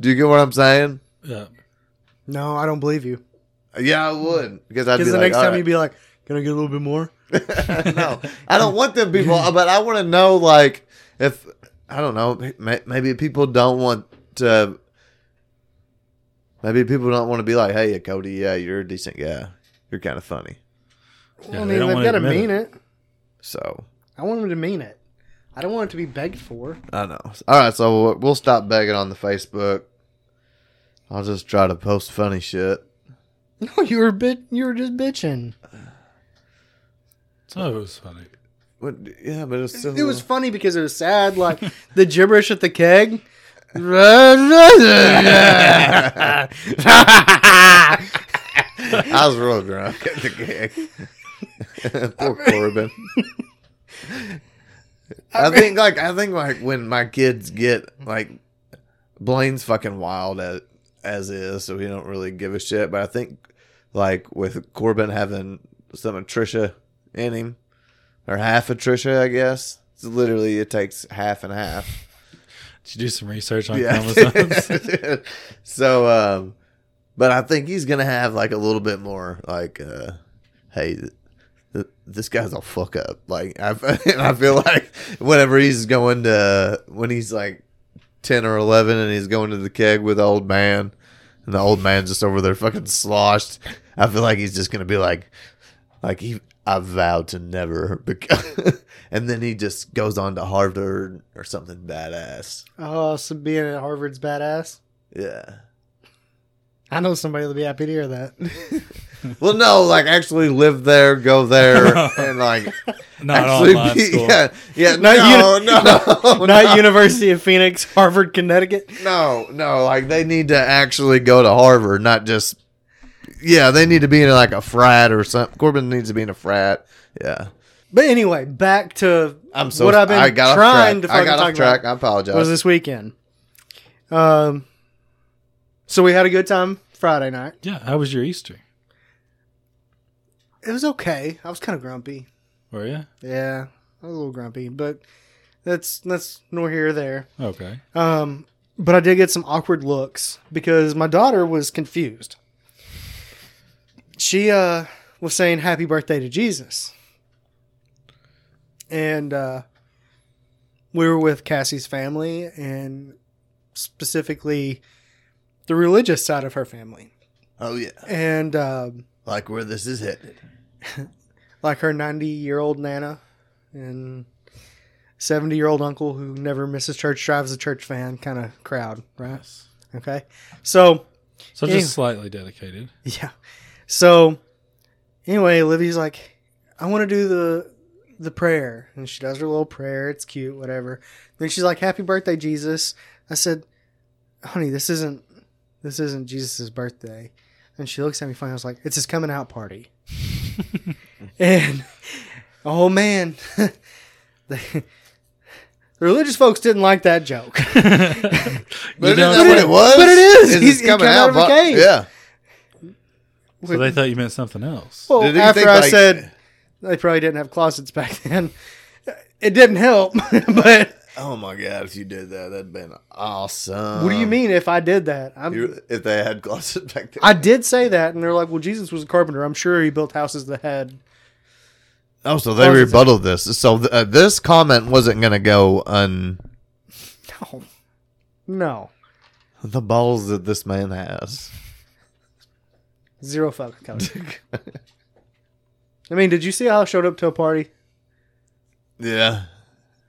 Speaker 1: Do you get what I'm saying?
Speaker 3: Yeah.
Speaker 2: No, I don't believe you.
Speaker 1: Yeah, I would because I'd be
Speaker 2: Because the
Speaker 1: like,
Speaker 2: next
Speaker 1: "All
Speaker 2: time
Speaker 1: right."
Speaker 2: you'd be like, "Can I get a little bit more?"
Speaker 1: no, I don't want them people, but I want to know like if I don't know, may- maybe people don't want to. Maybe people don't want to be like, "Hey, Cody, yeah, you're a decent guy. You're kind of funny."
Speaker 3: Yeah,
Speaker 2: I
Speaker 3: they
Speaker 2: mean,
Speaker 3: don't
Speaker 2: they've
Speaker 3: wanna
Speaker 2: got to
Speaker 3: admit
Speaker 2: mean it.
Speaker 1: So
Speaker 2: I want them to mean it. I don't want it to be begged for.
Speaker 1: I know. All right, so we'll, we'll stop begging on the Facebook. I'll just try to post funny shit.
Speaker 2: No, you were bit. You were just bitching.
Speaker 3: So it was funny.
Speaker 1: What, yeah, but it's still
Speaker 2: It was funny because it was sad, like the gibberish at the keg. I
Speaker 1: I was real drunk at the gig. Poor Corbin. I think like I think like when my kids get like Blaine's fucking wild as, as is, so he don't really give a shit. But I think like with Corbin having some of Trisha in him, or half of Trisha, I guess. It's literally it takes half and half
Speaker 3: Did you do some research on chromosomes?
Speaker 1: yeah. so um but i think he's gonna have like a little bit more like uh hey th- th- this guy's a fuck up like i and i feel like whenever he's going to when he's like 10 or 11 and he's going to the keg with the old man and the old man's just over there fucking sloshed i feel like he's just gonna be like like he i vowed to never bec- and then he just goes on to harvard or something badass
Speaker 2: oh, so being at Harvard's badass.
Speaker 1: yeah
Speaker 2: I know somebody will be happy to hear that.
Speaker 1: Well, no, like actually live there, go there, and like
Speaker 3: Not
Speaker 1: actually
Speaker 3: online
Speaker 1: be,
Speaker 3: school.
Speaker 1: yeah, yeah,
Speaker 2: Not
Speaker 1: no,
Speaker 2: uni-
Speaker 1: no, no,
Speaker 2: Not University of Phoenix, Harvard, Connecticut.
Speaker 1: no, no, like they need to actually go to Harvard, not just yeah, they need to be in like a frat or something. Corbin needs to be in a frat. Yeah,
Speaker 2: But anyway, back to
Speaker 1: I'm so
Speaker 2: what I've been
Speaker 1: I got
Speaker 2: trying to
Speaker 1: off track. I
Speaker 2: fucking
Speaker 1: got
Speaker 2: talk
Speaker 1: off track.
Speaker 2: about
Speaker 1: I apologize.
Speaker 2: was this weekend. Um, so we had a good time Friday night.
Speaker 3: Yeah. How was your Easter?
Speaker 2: It was okay. I was kind of grumpy.
Speaker 3: Were you?
Speaker 2: Yeah, I was a little grumpy, but that's that's nor here or there.
Speaker 3: Okay.
Speaker 2: Um, but I did get some awkward looks because my daughter was confused. She uh, was saying "Happy Birthday" to Jesus, and uh, we were with Cassie's family and specifically the religious side of her family,
Speaker 1: oh yeah,
Speaker 2: and um
Speaker 1: like where this is headed.
Speaker 2: like her 90 year old nana and 70 year old uncle who never misses church drives a church van kind of crowd right
Speaker 3: Yes.
Speaker 2: okay so
Speaker 3: So
Speaker 2: Yeah.
Speaker 3: just slightly dedicated.
Speaker 2: yeah so anyway livy's like i want to do the the prayer and she does her little prayer it's cute whatever then she's like happy birthday jesus i said honey, this isn't this isn't Jesus' birthday. And she looks at me funny. I was like, it's his coming out party. and oh man, the, the religious folks didn't like that joke.
Speaker 1: But
Speaker 3: You
Speaker 1: isn't
Speaker 3: don't-
Speaker 1: that what
Speaker 2: it-
Speaker 1: it was?
Speaker 2: but it is.
Speaker 1: It's
Speaker 2: He's- he
Speaker 1: coming
Speaker 2: came out of a
Speaker 1: but-
Speaker 2: cave.
Speaker 1: Yeah.
Speaker 3: so they thought you meant something else.
Speaker 2: Well,
Speaker 1: Did he
Speaker 2: after
Speaker 1: think,
Speaker 2: I
Speaker 1: like-
Speaker 2: said they probably didn't have closets back then, it didn't help. but
Speaker 1: Oh my god! If you did that, that'd been awesome.
Speaker 2: what
Speaker 3: Um,
Speaker 2: do you mean if I did that? I'm,
Speaker 1: You- If they had closet back there,
Speaker 2: I did say that, and they're like, "Well, Jesus was a carpenter. I'm sure he built houses that had."
Speaker 1: oh, so they
Speaker 2: Closets.
Speaker 1: rebutted this. So th- uh, this comment wasn't gonna go un
Speaker 2: No, no,
Speaker 1: the balls that this man has.
Speaker 2: zero fucking covered. I mean, did you see how I showed up to a party?
Speaker 1: Yeah,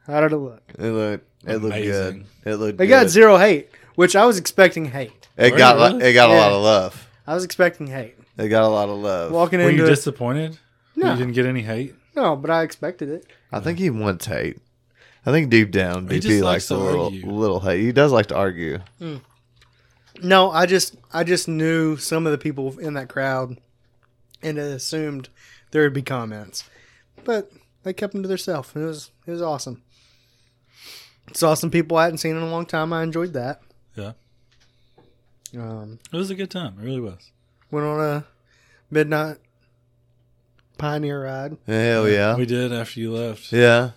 Speaker 2: How did it look?
Speaker 1: it looked it looked good.
Speaker 3: Amazing.
Speaker 1: It looked.
Speaker 2: They
Speaker 1: good.
Speaker 2: got zero hate, which I was expecting hate.
Speaker 1: It
Speaker 3: Were
Speaker 1: got
Speaker 3: you
Speaker 1: li-
Speaker 3: really?
Speaker 1: it got a
Speaker 2: Yeah.
Speaker 1: lot of love.
Speaker 2: I was expecting hate.
Speaker 1: It got a lot of love.
Speaker 2: Walking
Speaker 3: Were
Speaker 2: into
Speaker 3: you
Speaker 2: it-
Speaker 3: disappointed?
Speaker 2: No.
Speaker 3: You didn't get any hate.
Speaker 2: no, but I expected it.
Speaker 1: I think he wants hate. I think deep down,
Speaker 3: He
Speaker 1: DP
Speaker 3: just
Speaker 1: likes,
Speaker 3: likes
Speaker 1: a
Speaker 3: to
Speaker 1: little
Speaker 3: argue.
Speaker 1: little hate. He does like to argue.
Speaker 2: No, I just I just knew some of the people in that crowd, and I assumed there would be comments, but they kept them to themselves. It was it was awesome. Saw some people I hadn't seen in a long time. I enjoyed that.
Speaker 3: Yeah.
Speaker 2: Um,
Speaker 3: It was a good time. It really was.
Speaker 2: went on a midnight pioneer ride
Speaker 1: Hell yeah,
Speaker 3: We did after you left.
Speaker 1: yeah.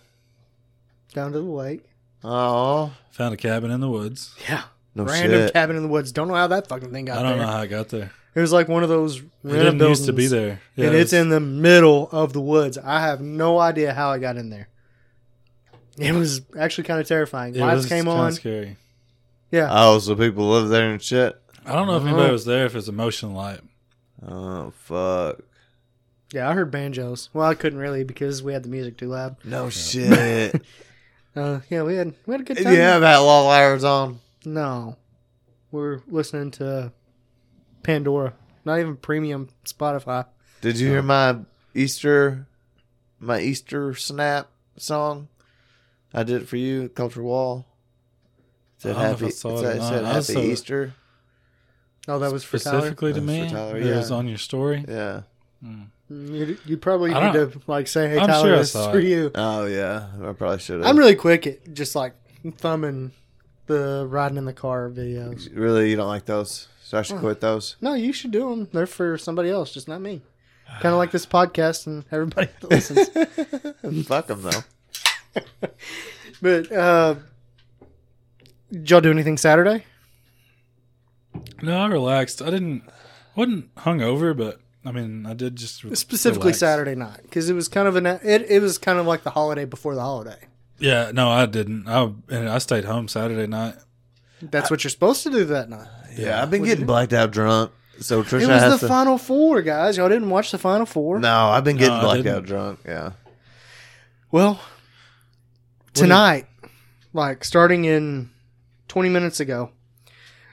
Speaker 2: down to the lake.
Speaker 1: Oh,
Speaker 3: Found a cabin in the woods.
Speaker 2: Yeah.
Speaker 1: no
Speaker 2: Random
Speaker 1: Oh, shit.
Speaker 2: cabin in the woods. Don't know how that fucking thing got
Speaker 3: I don't
Speaker 2: there.
Speaker 3: know how I got there.
Speaker 2: It was like one of those.
Speaker 3: It
Speaker 2: random
Speaker 3: didn't used to be
Speaker 2: buildings.
Speaker 3: there.
Speaker 2: and
Speaker 3: it
Speaker 2: it's
Speaker 3: was-
Speaker 2: in the middle of the woods. I have no idea how I got in there. It was actually kind of terrifying.
Speaker 3: it
Speaker 2: Lights
Speaker 3: was
Speaker 2: came
Speaker 3: kinda
Speaker 2: on.
Speaker 3: Scary.
Speaker 2: Yeah,
Speaker 1: oh, so people live there and shit.
Speaker 3: I don't know if
Speaker 2: Uh-huh.
Speaker 3: anybody was there. If it's a motion light,
Speaker 1: Oh fuck.
Speaker 2: yeah. I heard banjos. Well, I couldn't really because we had the music too loud.
Speaker 1: No shit.
Speaker 2: Uh, yeah, we had we had a good
Speaker 1: Did
Speaker 2: time.
Speaker 1: you have outlaw irons on?
Speaker 2: No, we are listening to Pandora. Not even premium Spotify.
Speaker 1: Did you hear my Easter, my Easter snap song? I did it for you, Culture Wall. It Said
Speaker 3: I don't know if
Speaker 1: happy.
Speaker 3: I
Speaker 1: It
Speaker 3: saw it
Speaker 1: said,
Speaker 3: or not.
Speaker 1: said
Speaker 3: I
Speaker 1: happy
Speaker 3: saw it.
Speaker 1: Easter.
Speaker 2: Oh, that was for Tyler.
Speaker 3: specifically to
Speaker 1: That was for
Speaker 3: me,
Speaker 1: Tyler,
Speaker 3: It was
Speaker 2: yeah.
Speaker 3: on your story. Hmm.
Speaker 1: Yeah.
Speaker 2: Mm, You, you probably
Speaker 3: I
Speaker 2: need to like say, "Hey,
Speaker 3: I'm
Speaker 2: Tyler,
Speaker 3: sure I
Speaker 2: this is
Speaker 3: saw
Speaker 2: for
Speaker 3: it.
Speaker 2: you."
Speaker 1: Oh yeah. I probably should have.
Speaker 2: I'm really quick at just like thumbing the riding in the car videos.
Speaker 1: Really, you don't like those, so I should quit those.
Speaker 2: No, you should do them. They're for somebody else, just not me. Kind of like this podcast and everybody that listens.
Speaker 1: Fuck them though.
Speaker 2: but uh, did y'all do anything Saturday?
Speaker 3: No, I relaxed. I didn't wasn't hungover, but I mean, I did just re-
Speaker 2: Specifically
Speaker 3: relax.
Speaker 2: Saturday night, because it was kind of an it, it was kind of like the holiday before the holiday.
Speaker 3: Yeah, no, I didn't. I and I stayed home Saturday night.
Speaker 2: That's what you're supposed to do that night.
Speaker 1: Yeah, I've been getting blacked out drunk. So Trisha
Speaker 2: It
Speaker 1: has
Speaker 2: was the
Speaker 1: to.
Speaker 2: Final Four, guys. Y'all didn't watch the Final Four.
Speaker 1: No, I've been getting
Speaker 3: No, I
Speaker 1: blacked
Speaker 3: didn't.
Speaker 1: out drunk. Yeah.
Speaker 2: Well, tonight, like starting in 20 minutes ago,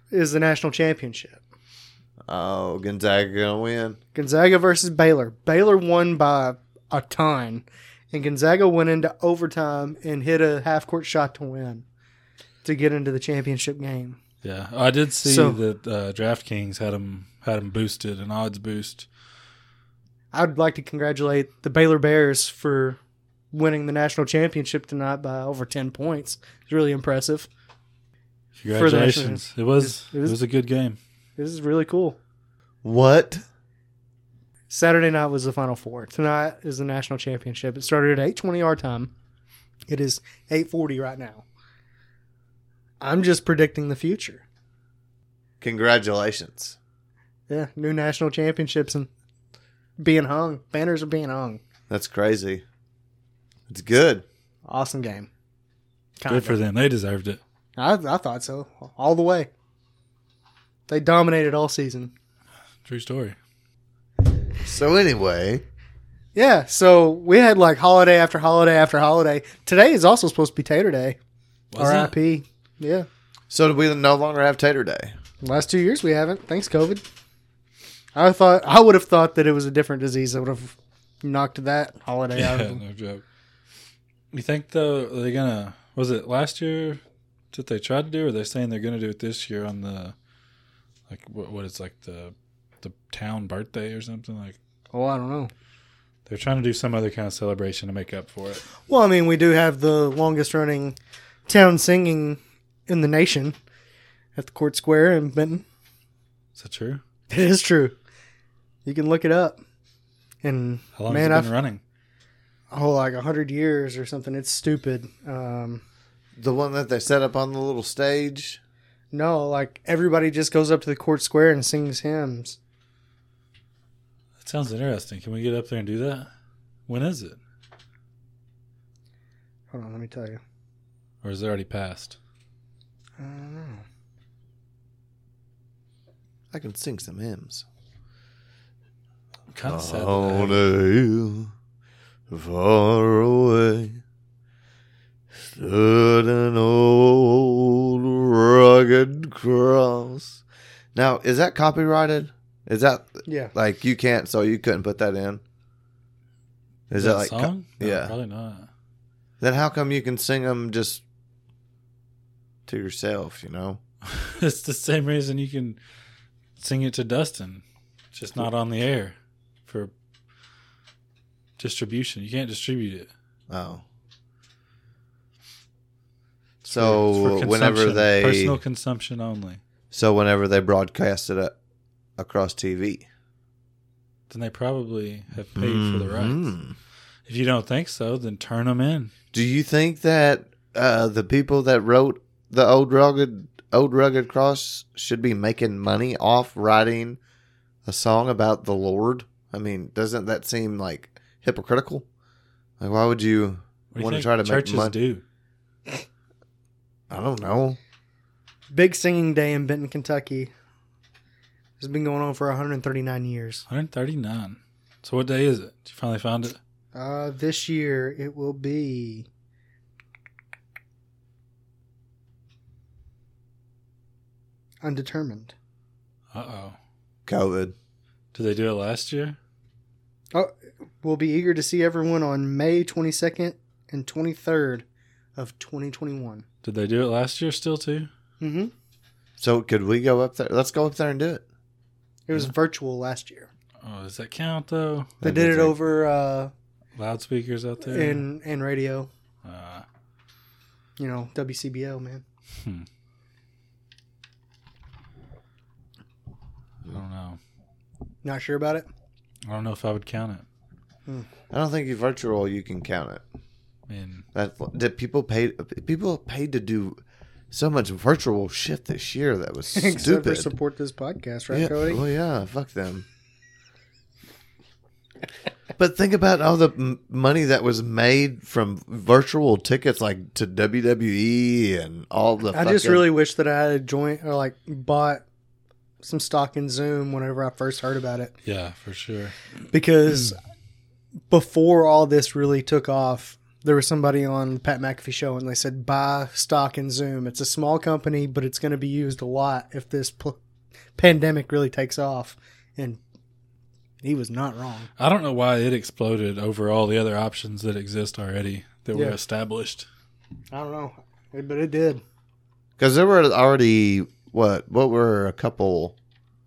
Speaker 2: is the national championship.
Speaker 1: Oh, Gonzaga gonna win.
Speaker 2: Gonzaga versus Baylor. Baylor won by a ton, and Gonzaga went into overtime and hit a half court shot to win to get into the championship game.
Speaker 3: Yeah, Oh, I did see
Speaker 2: So-
Speaker 3: that uh, DraftKings had them had them boosted an odds boost.
Speaker 2: I'd like to congratulate the Baylor Bears for winning the national championship tonight by over 10 points. It's really impressive. national-
Speaker 3: Congratulations! It was
Speaker 2: It
Speaker 3: it
Speaker 2: was-
Speaker 3: was, a good game.
Speaker 2: This is really cool.
Speaker 1: What?
Speaker 2: Saturday night was the Final Four. Tonight is the national championship. It started at 8:20 our time. It is 8:40 right now. I'm just predicting the future.
Speaker 1: Congratulations.
Speaker 2: Yeah, new national championships and being hung. Banners are being hung.
Speaker 1: That's crazy. It's good.
Speaker 2: Awesome game.
Speaker 3: Good for them. They deserved it.
Speaker 2: I, I thought so. All the way. They dominated all season.
Speaker 3: True story.
Speaker 1: So anyway,
Speaker 2: Yeah, so we had like holiday after holiday after holiday. Today is also supposed to be Tater Day.
Speaker 3: Was it?
Speaker 2: RIP. Yeah.
Speaker 1: so do we no longer have Tater Day?
Speaker 2: Last two years we haven't. Thanks, COVID. I thought I would have thought that it was a different disease that would have knocked that holiday out
Speaker 3: Yeah,
Speaker 2: of them.
Speaker 3: no joke. You think though they're gonna? Was it last year? that they tried to do, or they're saying they're going to do it this year on the like what, what it's like the the town birthday or something like
Speaker 2: Oh, I don't know.
Speaker 3: they're trying to do some other kind of celebration to make up for it.
Speaker 2: Well, I mean, we do have the longest running town singing in the nation at the Court Square in Benton.
Speaker 3: Is that true?
Speaker 2: It is true. You can look it up. And
Speaker 3: How long
Speaker 2: Man,
Speaker 3: has it
Speaker 2: I've-
Speaker 3: been running?
Speaker 2: oh, like a hundred years or something. It's stupid. Um,
Speaker 1: The one that they set up on the little stage.
Speaker 2: no, like everybody just goes up to the Court Square and sings hymns.
Speaker 3: That sounds interesting. Can we get up there and do that? When is it?
Speaker 2: Hold on, let me tell you.
Speaker 3: Or is it already passed?
Speaker 2: I don't
Speaker 3: Oh.
Speaker 2: know.
Speaker 1: I can sing some hymns.
Speaker 3: I'm kind of sad. that I
Speaker 1: On
Speaker 3: haven't-
Speaker 1: a hill far away stood an old rugged cross. Now, is that copyrighted? Is that
Speaker 2: Yeah.
Speaker 1: like you can't? So you couldn't put that in? Is
Speaker 3: that
Speaker 1: that like? co-
Speaker 3: song? No,
Speaker 1: yeah.
Speaker 3: probably not.
Speaker 1: Then how come you can sing them just to yourself? You know.
Speaker 3: it's the same reason you can sing it to Dustin, It's just not on the air for distribution. You can't distribute it.
Speaker 1: Oh.
Speaker 3: It's
Speaker 1: So,
Speaker 3: it's
Speaker 1: whenever
Speaker 3: consumption,
Speaker 1: they-
Speaker 3: personal consumption only,
Speaker 1: So whenever they broadcast it a- across TV,
Speaker 3: then they probably have paid for the rights.
Speaker 1: Mhm.
Speaker 3: If you don't think so, then turn them in.
Speaker 1: Do you think that uh, the people that wrote the old rugged old rugged cross should be making money off writing a song about the Lord? I mean, doesn't that seem like hypocritical? Like, why would you?
Speaker 3: What do you
Speaker 1: Wanna
Speaker 3: think
Speaker 1: try to make
Speaker 3: churches
Speaker 1: mon-
Speaker 3: do?
Speaker 1: I don't know.
Speaker 2: Big Singing Day in Benton, Kentucky. It's been going on for 139 years.
Speaker 3: 139. So what day is it? Did you finally find it?
Speaker 2: Uh, this year it will be. Undetermined.
Speaker 3: Uh oh.
Speaker 1: COVID.
Speaker 3: Did they do it last year?
Speaker 2: We'll be eager to see everyone on May 22nd and 23rd of 2021.
Speaker 3: Did they do it last year still too?
Speaker 2: Mm-hmm.
Speaker 1: So could we go up there? Let's go up there and do it.
Speaker 2: It was virtual last year.
Speaker 3: Oh, does that count though?
Speaker 2: They
Speaker 1: That'd be
Speaker 2: did it
Speaker 1: great.
Speaker 2: over uh,
Speaker 3: Loudspeakers out there.
Speaker 2: in in radio.
Speaker 3: uh,
Speaker 2: You know, WCBO man.
Speaker 3: I don't know.
Speaker 2: Not sure about it.
Speaker 3: I don't know if I would count it.
Speaker 1: I don't think you virtual. You can count it.
Speaker 3: I mean,
Speaker 1: That that people paid people paid to do so much virtual shit this year. That was
Speaker 2: Except for
Speaker 1: stupid.
Speaker 2: support this podcast, right,
Speaker 1: yeah. Oh,
Speaker 2: Cody?
Speaker 1: Well, yeah, fuck them. but think about all the m- money that was made from virtual tickets, like to WWE and all the.
Speaker 2: I just
Speaker 1: fucking-
Speaker 2: really wish that I had joined or like bought some stock in Zoom whenever I first heard about it
Speaker 3: yeah, for sure.
Speaker 2: because before all this really took off, there was somebody on Pat McAfee show and they said buy stock in Zoom. It's a small company, but it's going to be used a lot if this pl- pandemic really takes off. And he was not wrong.
Speaker 3: I don't know why it exploded over all the other options that exist already that
Speaker 2: Yeah.
Speaker 3: were established.
Speaker 2: I don't know, but it did.
Speaker 1: because there were already what what were a couple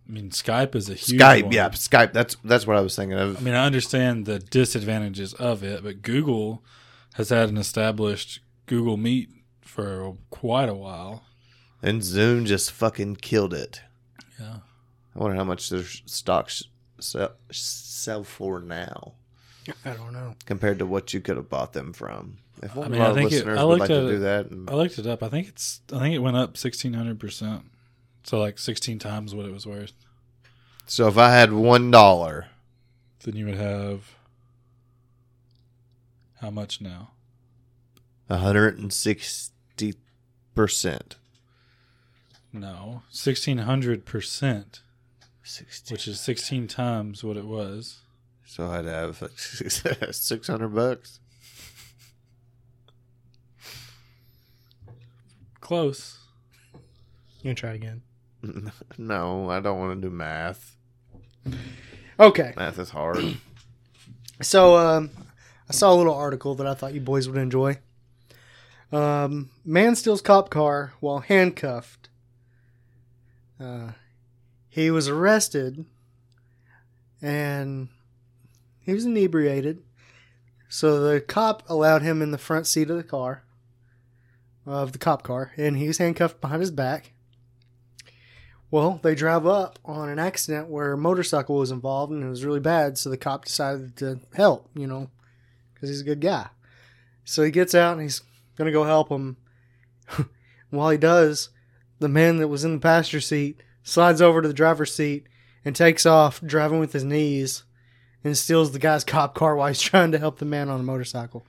Speaker 3: I mean, Skype is a huge
Speaker 1: Skype,
Speaker 3: one.
Speaker 1: yeah, Skype. That's that's what I was thinking of.
Speaker 3: I mean, I understand the disadvantages of it, but Google has had an established Google Meet for quite a while.
Speaker 1: and Zoom just fucking killed it.
Speaker 3: Yeah.
Speaker 1: I wonder how much their stocks sell, sell for now
Speaker 2: I don't know.
Speaker 1: compared to what you could have bought them from. If one
Speaker 3: I mean,
Speaker 1: of
Speaker 3: I
Speaker 1: our
Speaker 3: think it-
Speaker 1: listeners
Speaker 3: I
Speaker 1: would like
Speaker 3: looked
Speaker 1: to
Speaker 3: at it-
Speaker 1: do that, and,
Speaker 3: I looked it up. I think it's I think it went up sixteen hundred percent. So like sixteen times what it was worth.
Speaker 1: so if I had one dollar,
Speaker 3: Then you would have how much now?
Speaker 1: hundred and sixty percent,
Speaker 3: No. Sixteen hundred percent,
Speaker 1: sixty.
Speaker 3: which is sixteen times what it was.
Speaker 1: So I'd have six hundred bucks.
Speaker 3: Close.
Speaker 2: You can try again.
Speaker 1: No, I don't want to do math.
Speaker 2: Okay.
Speaker 1: Math is hard.
Speaker 2: So um, I saw a little article that I thought you boys would enjoy. Um, man steals cop car while handcuffed. Uh, he was arrested and he was inebriated. So the cop allowed him in the front seat of the car, of the cop car, and he was handcuffed behind his back. Well, they drive up on an accident where a motorcycle was involved and it was really bad, so the cop decided to help, you know, because he's a good guy. So he gets out and he's going to go help him. While he does, the man that was in the passenger seat slides over to the driver's seat and takes off driving with his knees and steals the guy's cop car while he's trying to help the man on a motorcycle.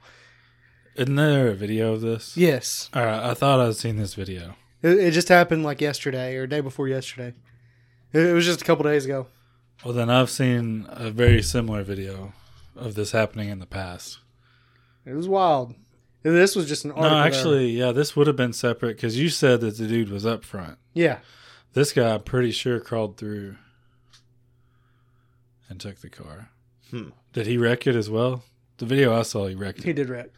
Speaker 3: Isn't there a video of this?
Speaker 2: Yes.
Speaker 3: All right, I thought I'd seen this video.
Speaker 2: It, it just happened like yesterday or day before yesterday. It, it was just a couple days ago.
Speaker 3: Well, then I've seen a very similar video of this happening in the past.
Speaker 2: It was wild. This was just an article.
Speaker 3: no,
Speaker 2: that I-
Speaker 3: actually, yeah, this would have been separate because you said that the dude was up front.
Speaker 2: Yeah.
Speaker 3: This guy, I'm pretty sure, crawled through and took the car.
Speaker 1: Hmm.
Speaker 3: Did he wreck it as well? The video I saw, he wrecked
Speaker 2: He
Speaker 3: it.
Speaker 2: did wreck.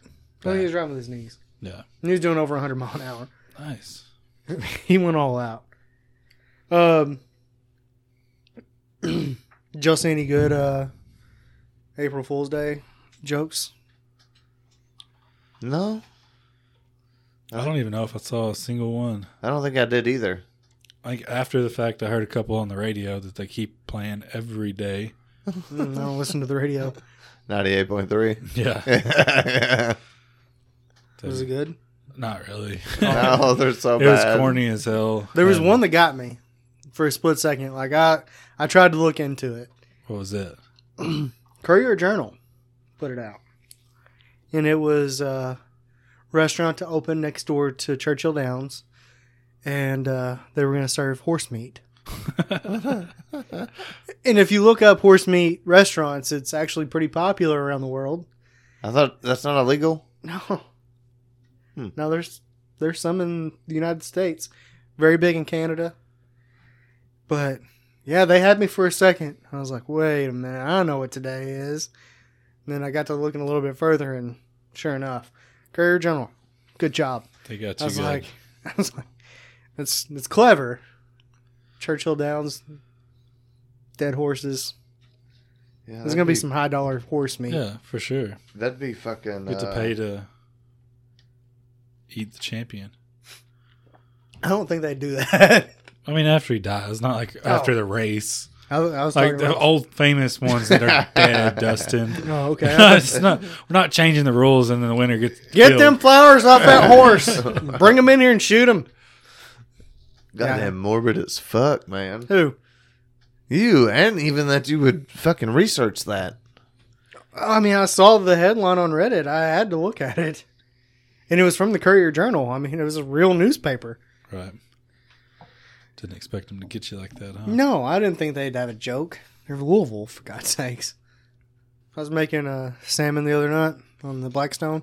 Speaker 2: No, he was driving with his knees.
Speaker 3: Yeah.
Speaker 2: And he was doing over 100 mile an hour.
Speaker 3: Nice.
Speaker 2: he went all out. Um, just any good uh, April Fool's Day jokes?
Speaker 1: No,
Speaker 2: Uh-huh.
Speaker 3: I don't even know if I saw a single one.
Speaker 1: I don't think I did either.
Speaker 3: Like after the fact, I heard a couple on the radio that they keep playing every day.
Speaker 2: Mm, I don't listen to the radio.
Speaker 1: Ninety-eight point three.
Speaker 3: Yeah,
Speaker 2: Was it good?
Speaker 3: not really.
Speaker 1: oh, they're so
Speaker 3: it was
Speaker 1: bad.
Speaker 3: corny as hell.
Speaker 2: There was
Speaker 3: And
Speaker 2: one that got me for a split second. Like I, I tried to look into it.
Speaker 3: What was it?
Speaker 2: Courier Journal put it out, and it was a restaurant to open next door to Churchill Downs, and uh, they were going to serve horse meat. and if you look up horse meat restaurants, it's actually pretty popular around the world.
Speaker 1: I thought that's not illegal.
Speaker 2: No,
Speaker 1: Hmm.
Speaker 2: no, there's there's some in the United States, very big in Canada, but yeah, they had me for a second. I was like, wait a minute, I know what today is. And then I got to looking a little bit further, and sure enough, Courier Journal, good job.
Speaker 3: They got
Speaker 2: I
Speaker 3: you
Speaker 2: was
Speaker 3: good.
Speaker 2: like, I was like, it's it's clever. Churchill Downs, dead horses.
Speaker 1: Yeah,
Speaker 2: There's
Speaker 1: that'd
Speaker 2: gonna be some high dollar horse meat.
Speaker 3: yeah, for sure.
Speaker 1: That'd be fucking.
Speaker 3: Get to
Speaker 1: uh,
Speaker 3: pay to eat the champion.
Speaker 2: I don't think they do that.
Speaker 3: I mean, after he dies, not like
Speaker 2: Oh.
Speaker 3: after the race.
Speaker 2: I, was- I was
Speaker 3: Like
Speaker 2: like,
Speaker 3: the old famous ones that are dead, Dustin.
Speaker 2: oh, okay. I was-
Speaker 3: it's not, we're not changing the rules, and then the winner gets
Speaker 2: Get
Speaker 3: killed.
Speaker 2: them flowers off that horse. Bring them in here and shoot them.
Speaker 1: Goddamn
Speaker 2: Yeah.
Speaker 1: morbid as fuck, man.
Speaker 2: Who?
Speaker 1: You and even that you would fucking research that.
Speaker 2: I mean, I saw the headline on Reddit. I had to look at it. And it was from the Courier Journal. I mean, it was a real newspaper.
Speaker 3: Right. Didn't expect him to get you like that, huh?
Speaker 2: No, I didn't think they'd have a joke. They're Louisville, for God's sakes. I was making uh, salmon the other night on the Blackstone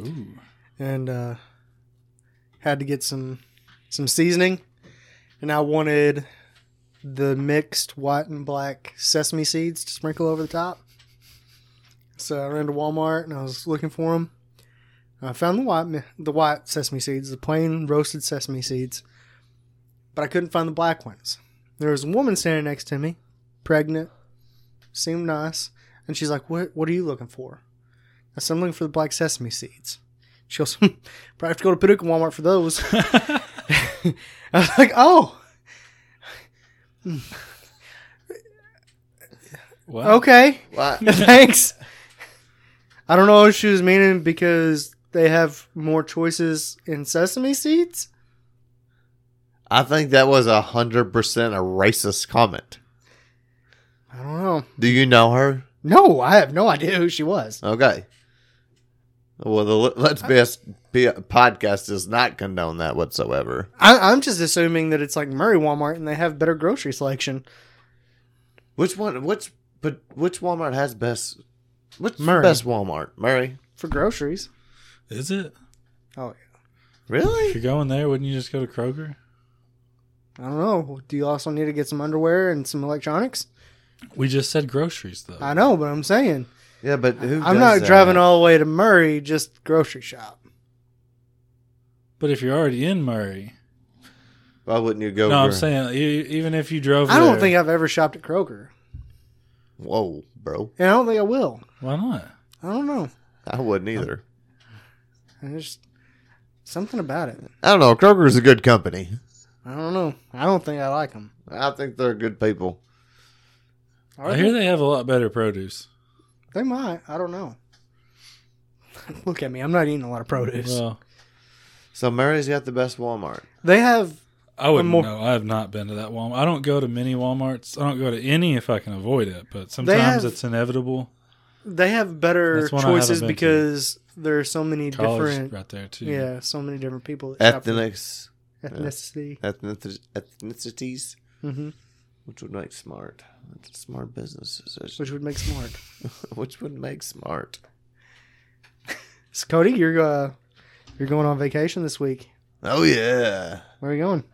Speaker 3: Ooh.
Speaker 2: and uh, had to get some some seasoning. And I wanted the mixed white and black sesame seeds to sprinkle over the top. So I ran to Walmart and I was looking for them. I found the white mi- the white sesame seeds, the plain roasted sesame seeds, but I couldn't find the black ones. There was a woman standing next to me, pregnant, seemed nice, and she's like, "What What are you looking for?" I said, "I'm looking for the black sesame seeds." She goes, "Hmm, "Probably have to go to Paducah Walmart for those." I was like, "Oh,
Speaker 3: Wow.
Speaker 2: okay."
Speaker 1: Why?
Speaker 2: Thanks. I don't know if she was meaning because they have more choices in sesame seeds.
Speaker 1: I think that was a hundred percent a racist comment.
Speaker 2: I don't know.
Speaker 1: Do you know her?
Speaker 2: No, I have no idea who she was.
Speaker 1: Okay. Well, the Let- Let's Be Us Be- podcast does not condone that whatsoever.
Speaker 2: I, I'm just assuming that it's like Murray Walmart and they have better grocery selection.
Speaker 1: Which one? Which but which Walmart has best? Which
Speaker 2: Murray.
Speaker 1: best Walmart? Murray.
Speaker 2: for groceries.
Speaker 3: Is it?
Speaker 2: Oh,
Speaker 3: If
Speaker 1: Really?
Speaker 3: you're going there, wouldn't you just go to Kroger?
Speaker 2: I don't know. Do you also need to get some underwear and some electronics?
Speaker 3: We just said groceries, though.
Speaker 2: I know, but I'm saying
Speaker 1: Yeah, but who
Speaker 2: I'm
Speaker 1: does
Speaker 2: not
Speaker 1: that?
Speaker 2: driving all the way to Murray just grocery shop.
Speaker 3: But if you're already in Murray,
Speaker 1: Why wouldn't you go?
Speaker 3: no, I'm
Speaker 1: Gr-
Speaker 3: saying e- even if you drove,
Speaker 2: I don't
Speaker 3: there,
Speaker 2: think I've ever shopped at Kroger,
Speaker 1: Whoa, bro!
Speaker 2: and I don't think I will.
Speaker 3: Why not?
Speaker 2: I don't know.
Speaker 1: I wouldn't either.
Speaker 2: I just something about it.
Speaker 1: I don't know. Kroger's a good company.
Speaker 2: I don't know. I don't think I like them.
Speaker 1: I think they're good people.
Speaker 2: Are
Speaker 3: I
Speaker 2: they?
Speaker 3: hear they have a lot better produce.
Speaker 2: They might. I don't know. Look at me. I'm not eating a lot of produce.
Speaker 3: Well,
Speaker 1: So Murray's got the best Walmart.
Speaker 2: they have.
Speaker 3: I wouldn't
Speaker 2: more-
Speaker 3: know. I have not been to that Walmart. I don't go to many WalMarts. I don't go to any if I can avoid it. But sometimes
Speaker 2: have-
Speaker 3: it's inevitable.
Speaker 2: They have better
Speaker 3: That's one I haven't
Speaker 2: choices
Speaker 3: been to.
Speaker 2: because there are so many
Speaker 3: College
Speaker 2: different.
Speaker 3: right there too.
Speaker 2: Yeah, so many different people. That shop from
Speaker 1: Ethnics,
Speaker 2: ethnicity.
Speaker 1: ethnic, ethnicities,
Speaker 2: hmm
Speaker 1: which would make smart. That's a smart business decision.
Speaker 2: Which would make smart.
Speaker 1: Which would make smart.
Speaker 2: So Cody, you're uh, you're going on vacation this week.
Speaker 1: Oh yeah.
Speaker 2: Where are you going?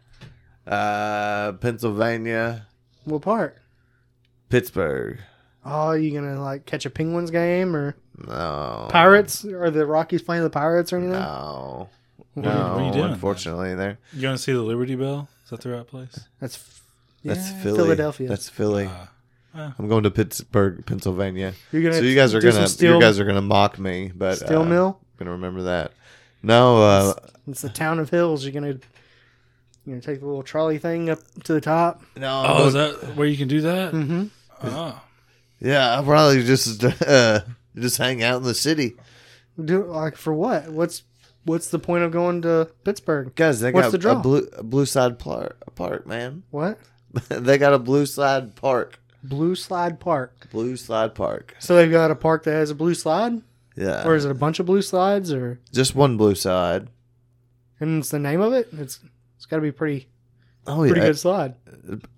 Speaker 1: Uh, Pennsylvania,
Speaker 2: What part?
Speaker 1: Pittsburgh.
Speaker 2: Oh, are you gonna like catch a Penguins game or
Speaker 1: No.
Speaker 2: Pirates or the Rockies playing the Pirates or anything?
Speaker 1: No.
Speaker 3: What are you- what are
Speaker 1: No,
Speaker 3: you doing?
Speaker 1: unfortunately, there.
Speaker 3: You going to see the Liberty Bell? Is that the right place?
Speaker 2: That's f-
Speaker 1: That's
Speaker 2: yeah,
Speaker 1: Philly.
Speaker 2: Philadelphia.
Speaker 1: That's Philly.
Speaker 3: Uh,
Speaker 1: I'm going to Pittsburgh, Pennsylvania.
Speaker 2: you're gonna
Speaker 1: So you guys are
Speaker 2: do
Speaker 1: gonna,
Speaker 2: some steel,
Speaker 1: you guys are gonna mock me, but
Speaker 2: steel
Speaker 1: uh,
Speaker 2: mill.
Speaker 1: I'm gonna remember that. No, uh,
Speaker 2: It's the town of hills. You're gonna you're gonna take the little trolley thing up to the top.
Speaker 1: no. I'm
Speaker 3: oh,
Speaker 1: going-
Speaker 3: is that where you can do that?
Speaker 1: Hmm.
Speaker 2: Mm-hmm.
Speaker 3: Oh.
Speaker 1: yeah, I'll probably just uh, just hang out in the city,
Speaker 2: Do like for what? What's what's the point of going to Pittsburgh?
Speaker 1: guys. They
Speaker 2: What's
Speaker 1: got
Speaker 2: the draw?
Speaker 1: a blue a blue side park, park, man.
Speaker 2: What?
Speaker 1: they got a blue side park,
Speaker 2: Blue Slide Park.
Speaker 1: blue side park.
Speaker 2: So they've got a park that has a blue slide,
Speaker 1: Yeah,
Speaker 2: or is it a bunch of blue slides, or
Speaker 1: just one blue side.
Speaker 2: and it's the name of it? It's it's got to be pretty
Speaker 1: Oh
Speaker 2: pretty
Speaker 1: yeah,
Speaker 2: good slide.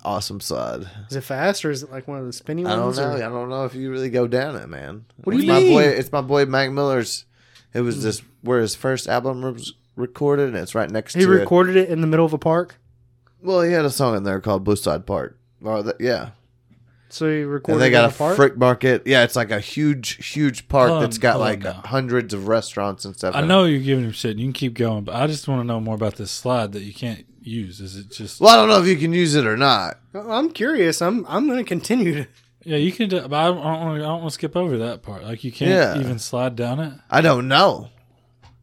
Speaker 1: awesome side.
Speaker 2: Is it fast or is it like one of the spinny
Speaker 1: I don't
Speaker 2: ones?
Speaker 1: know.
Speaker 2: or-
Speaker 1: I don't know if you really go down it, man.
Speaker 2: What do
Speaker 1: it's
Speaker 2: you
Speaker 1: my
Speaker 2: mean? Hmm.
Speaker 1: Boy, it's my boy Mac Miller's. It was this where his first album was recorded, and it's right next
Speaker 2: He
Speaker 1: to it.
Speaker 2: recorded it in the middle of a park,
Speaker 1: Well, he had a song in there called Blue Side Park. Or the, yeah,
Speaker 2: so he recorded.
Speaker 1: and they
Speaker 2: it
Speaker 1: got
Speaker 2: in
Speaker 1: a
Speaker 2: the park.
Speaker 1: frick market. Yeah, it's like a huge, huge park
Speaker 3: Hold on,
Speaker 1: that's got
Speaker 3: hold on
Speaker 1: like
Speaker 3: now.
Speaker 1: hundreds of restaurants and stuff.
Speaker 3: I
Speaker 1: in it.
Speaker 3: know you're giving him shit. and You can keep going, but I just want to know more about this slide that you can't use. Is it just?
Speaker 1: Well, I don't know if you can use it or not.
Speaker 2: I'm curious. I'm I'm gonna continue. To,
Speaker 3: Yeah, you can. Do, but I don't, want. I don't want to skip over that part. Like you can't
Speaker 1: Yeah.
Speaker 3: even slide down it.
Speaker 1: I don't know.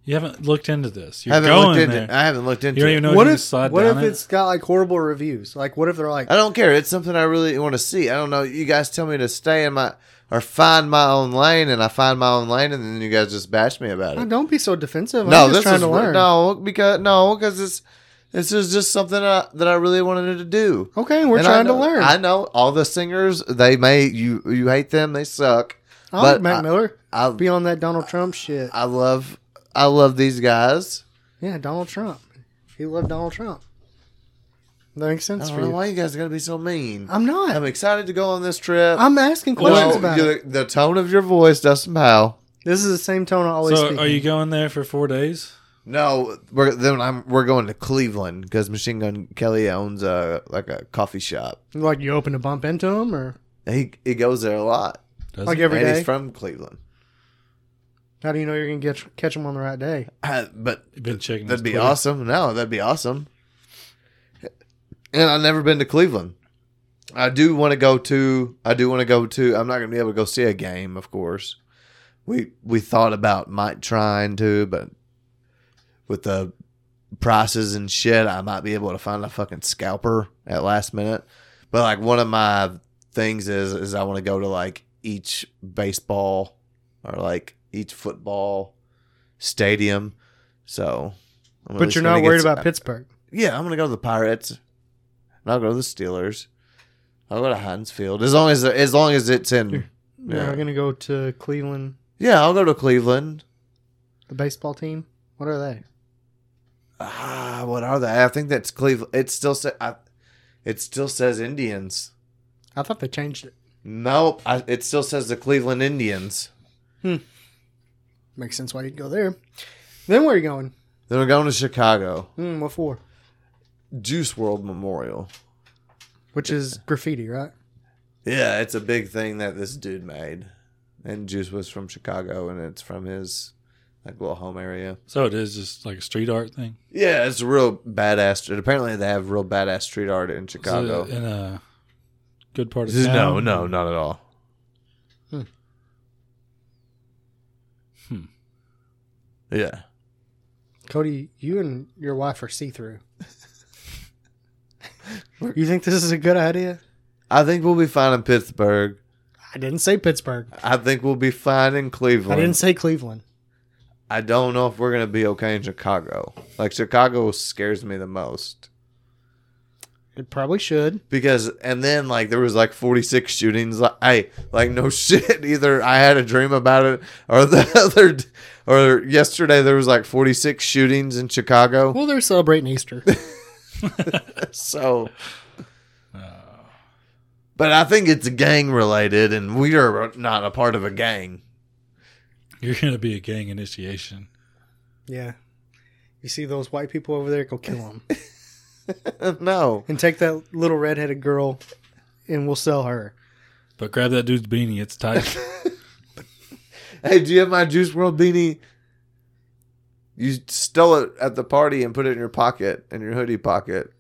Speaker 3: You haven't looked into this. You're
Speaker 1: Haven't
Speaker 3: going
Speaker 1: looked into.
Speaker 3: there.
Speaker 1: It. I haven't looked into.
Speaker 3: you
Speaker 1: it.
Speaker 3: don't even know
Speaker 2: what
Speaker 3: if you can
Speaker 2: if
Speaker 3: slide
Speaker 2: what
Speaker 3: down
Speaker 2: if
Speaker 3: it.
Speaker 2: it's got like horrible reviews? Like what if they're like
Speaker 1: I don't care. It's something I really want to see. I don't know. You guys tell me to stay in my or find my own lane, and I find my own lane, and then you guys just bash me about
Speaker 2: "Oh,
Speaker 1: it.
Speaker 2: don't be so defensive.
Speaker 1: No,
Speaker 2: I'm
Speaker 1: this
Speaker 2: just trying
Speaker 1: is
Speaker 2: to learn.
Speaker 1: no because no because it's this is just something I, that I really wanted to do.
Speaker 2: Okay, we're
Speaker 1: And I
Speaker 2: trying to
Speaker 1: know-
Speaker 2: learn.
Speaker 1: I know all the singers. They may you you hate them. They suck.
Speaker 2: I
Speaker 1: but
Speaker 2: like Mac
Speaker 1: I-
Speaker 2: Miller.
Speaker 1: I
Speaker 2: Be on that Donald Trump shit.
Speaker 1: I love I love these guys.
Speaker 2: yeah, Donald Trump. He loved Donald Trump. That makes
Speaker 1: I
Speaker 2: sense
Speaker 1: don't
Speaker 2: for
Speaker 1: know
Speaker 2: you.
Speaker 1: why you guys are gonna be so mean.
Speaker 2: I'm not.
Speaker 1: I'm excited to go on this trip.
Speaker 2: I'm asking
Speaker 1: No,
Speaker 2: questions about
Speaker 1: you-
Speaker 2: it.
Speaker 1: the tone of your voice, Dustin Powell.
Speaker 2: This is the same tone I always
Speaker 3: so
Speaker 2: speak.
Speaker 3: are
Speaker 2: in.
Speaker 3: you going there for four days?
Speaker 1: No, we're then I'm we're going to Cleveland because Machine Gun Kelly owns a like a coffee shop.
Speaker 2: like you open to bump into him or
Speaker 1: He he goes there a lot,
Speaker 3: Does
Speaker 2: like
Speaker 3: it?
Speaker 2: every
Speaker 1: and
Speaker 2: day?
Speaker 1: he's from Cleveland.
Speaker 2: How do you know you're gonna get catch him on the right day?
Speaker 1: I- Uh, but
Speaker 3: You've been checking.
Speaker 1: that'd
Speaker 3: his
Speaker 1: be
Speaker 3: Twitter.
Speaker 1: awesome. No, that'd be awesome. And I've never been to Cleveland. I do want to go to. I do want to go to. I'm not going to be able to go see a game, of course. We we thought about might trying to, but with the prices and shit, I might be able to find a fucking scalper at last minute. But like one of my things is is I want to go to like each baseball or like each football stadium. So, I'm at
Speaker 2: But
Speaker 1: least
Speaker 2: you're
Speaker 1: gonna
Speaker 2: not
Speaker 1: get
Speaker 2: worried
Speaker 1: s-
Speaker 2: about Pittsburgh.
Speaker 1: yeah, I'm gonna go to the Pirates. And I'll go to the Steelers. I'll go to Hinesfield as long as as long as it's in.
Speaker 2: You're
Speaker 1: Yeah,
Speaker 2: not gonna go to Cleveland,
Speaker 1: yeah I'll go to Cleveland.
Speaker 2: the baseball team. What are they?
Speaker 1: Ah, what are they? I think that's Cleveland. It still sa- I, it still says Indians.
Speaker 2: I thought they changed it.
Speaker 1: Nope, I, it still says the Cleveland Indians.
Speaker 2: Makes sense why you'd go there. Then where are you going?
Speaker 1: Then we're going to Chicago
Speaker 2: Hmm, what for?
Speaker 1: Juice World Memorial.
Speaker 2: Which is graffiti, right?
Speaker 1: Yeah, it's a big thing that this dude made, and Juice was from Chicago, and it's from his like little home area.
Speaker 3: So it is just like a street art thing.
Speaker 1: Yeah, it's a real badass. and Apparently, they have real badass street art in Chicago.
Speaker 3: Is it in a good part of
Speaker 1: This is-
Speaker 3: town.
Speaker 1: no, no, not at all.
Speaker 2: Hmm.
Speaker 3: Hmm.
Speaker 1: Yeah.
Speaker 2: Cody, you and your wife are see through. you think this is a good idea?
Speaker 1: I think we'll be fine in Pittsburgh.
Speaker 2: I didn't say Pittsburgh.
Speaker 1: I think we'll be fine in
Speaker 2: I
Speaker 1: Cleveland. I,
Speaker 2: didn't say Cleveland.
Speaker 1: don't know if we're going to be okay in Chicago. Like, Chicago scares me the most.
Speaker 2: It probably should.
Speaker 1: Because, and then, like, there was like 46 shootings. Like, I, like, no shit. Either I had a dream about it or the other, d- or yesterday there was like 46 shootings in Chicago.
Speaker 2: Well, they're celebrating Easter.
Speaker 1: So.
Speaker 3: Uh,
Speaker 1: But I think it's gang related, and we are not a part of a gang.
Speaker 3: You're gonna be a gang initiation.
Speaker 2: yeah. You see those white people over there? Go kill them.
Speaker 1: no.
Speaker 2: and take that little redheaded girl and we'll sell her.
Speaker 3: But grab that dude's beanie. It's tight.
Speaker 1: Hey, do you have my Juice World beanie? You stole it at the party and put it in your pocket, in your hoodie pocket.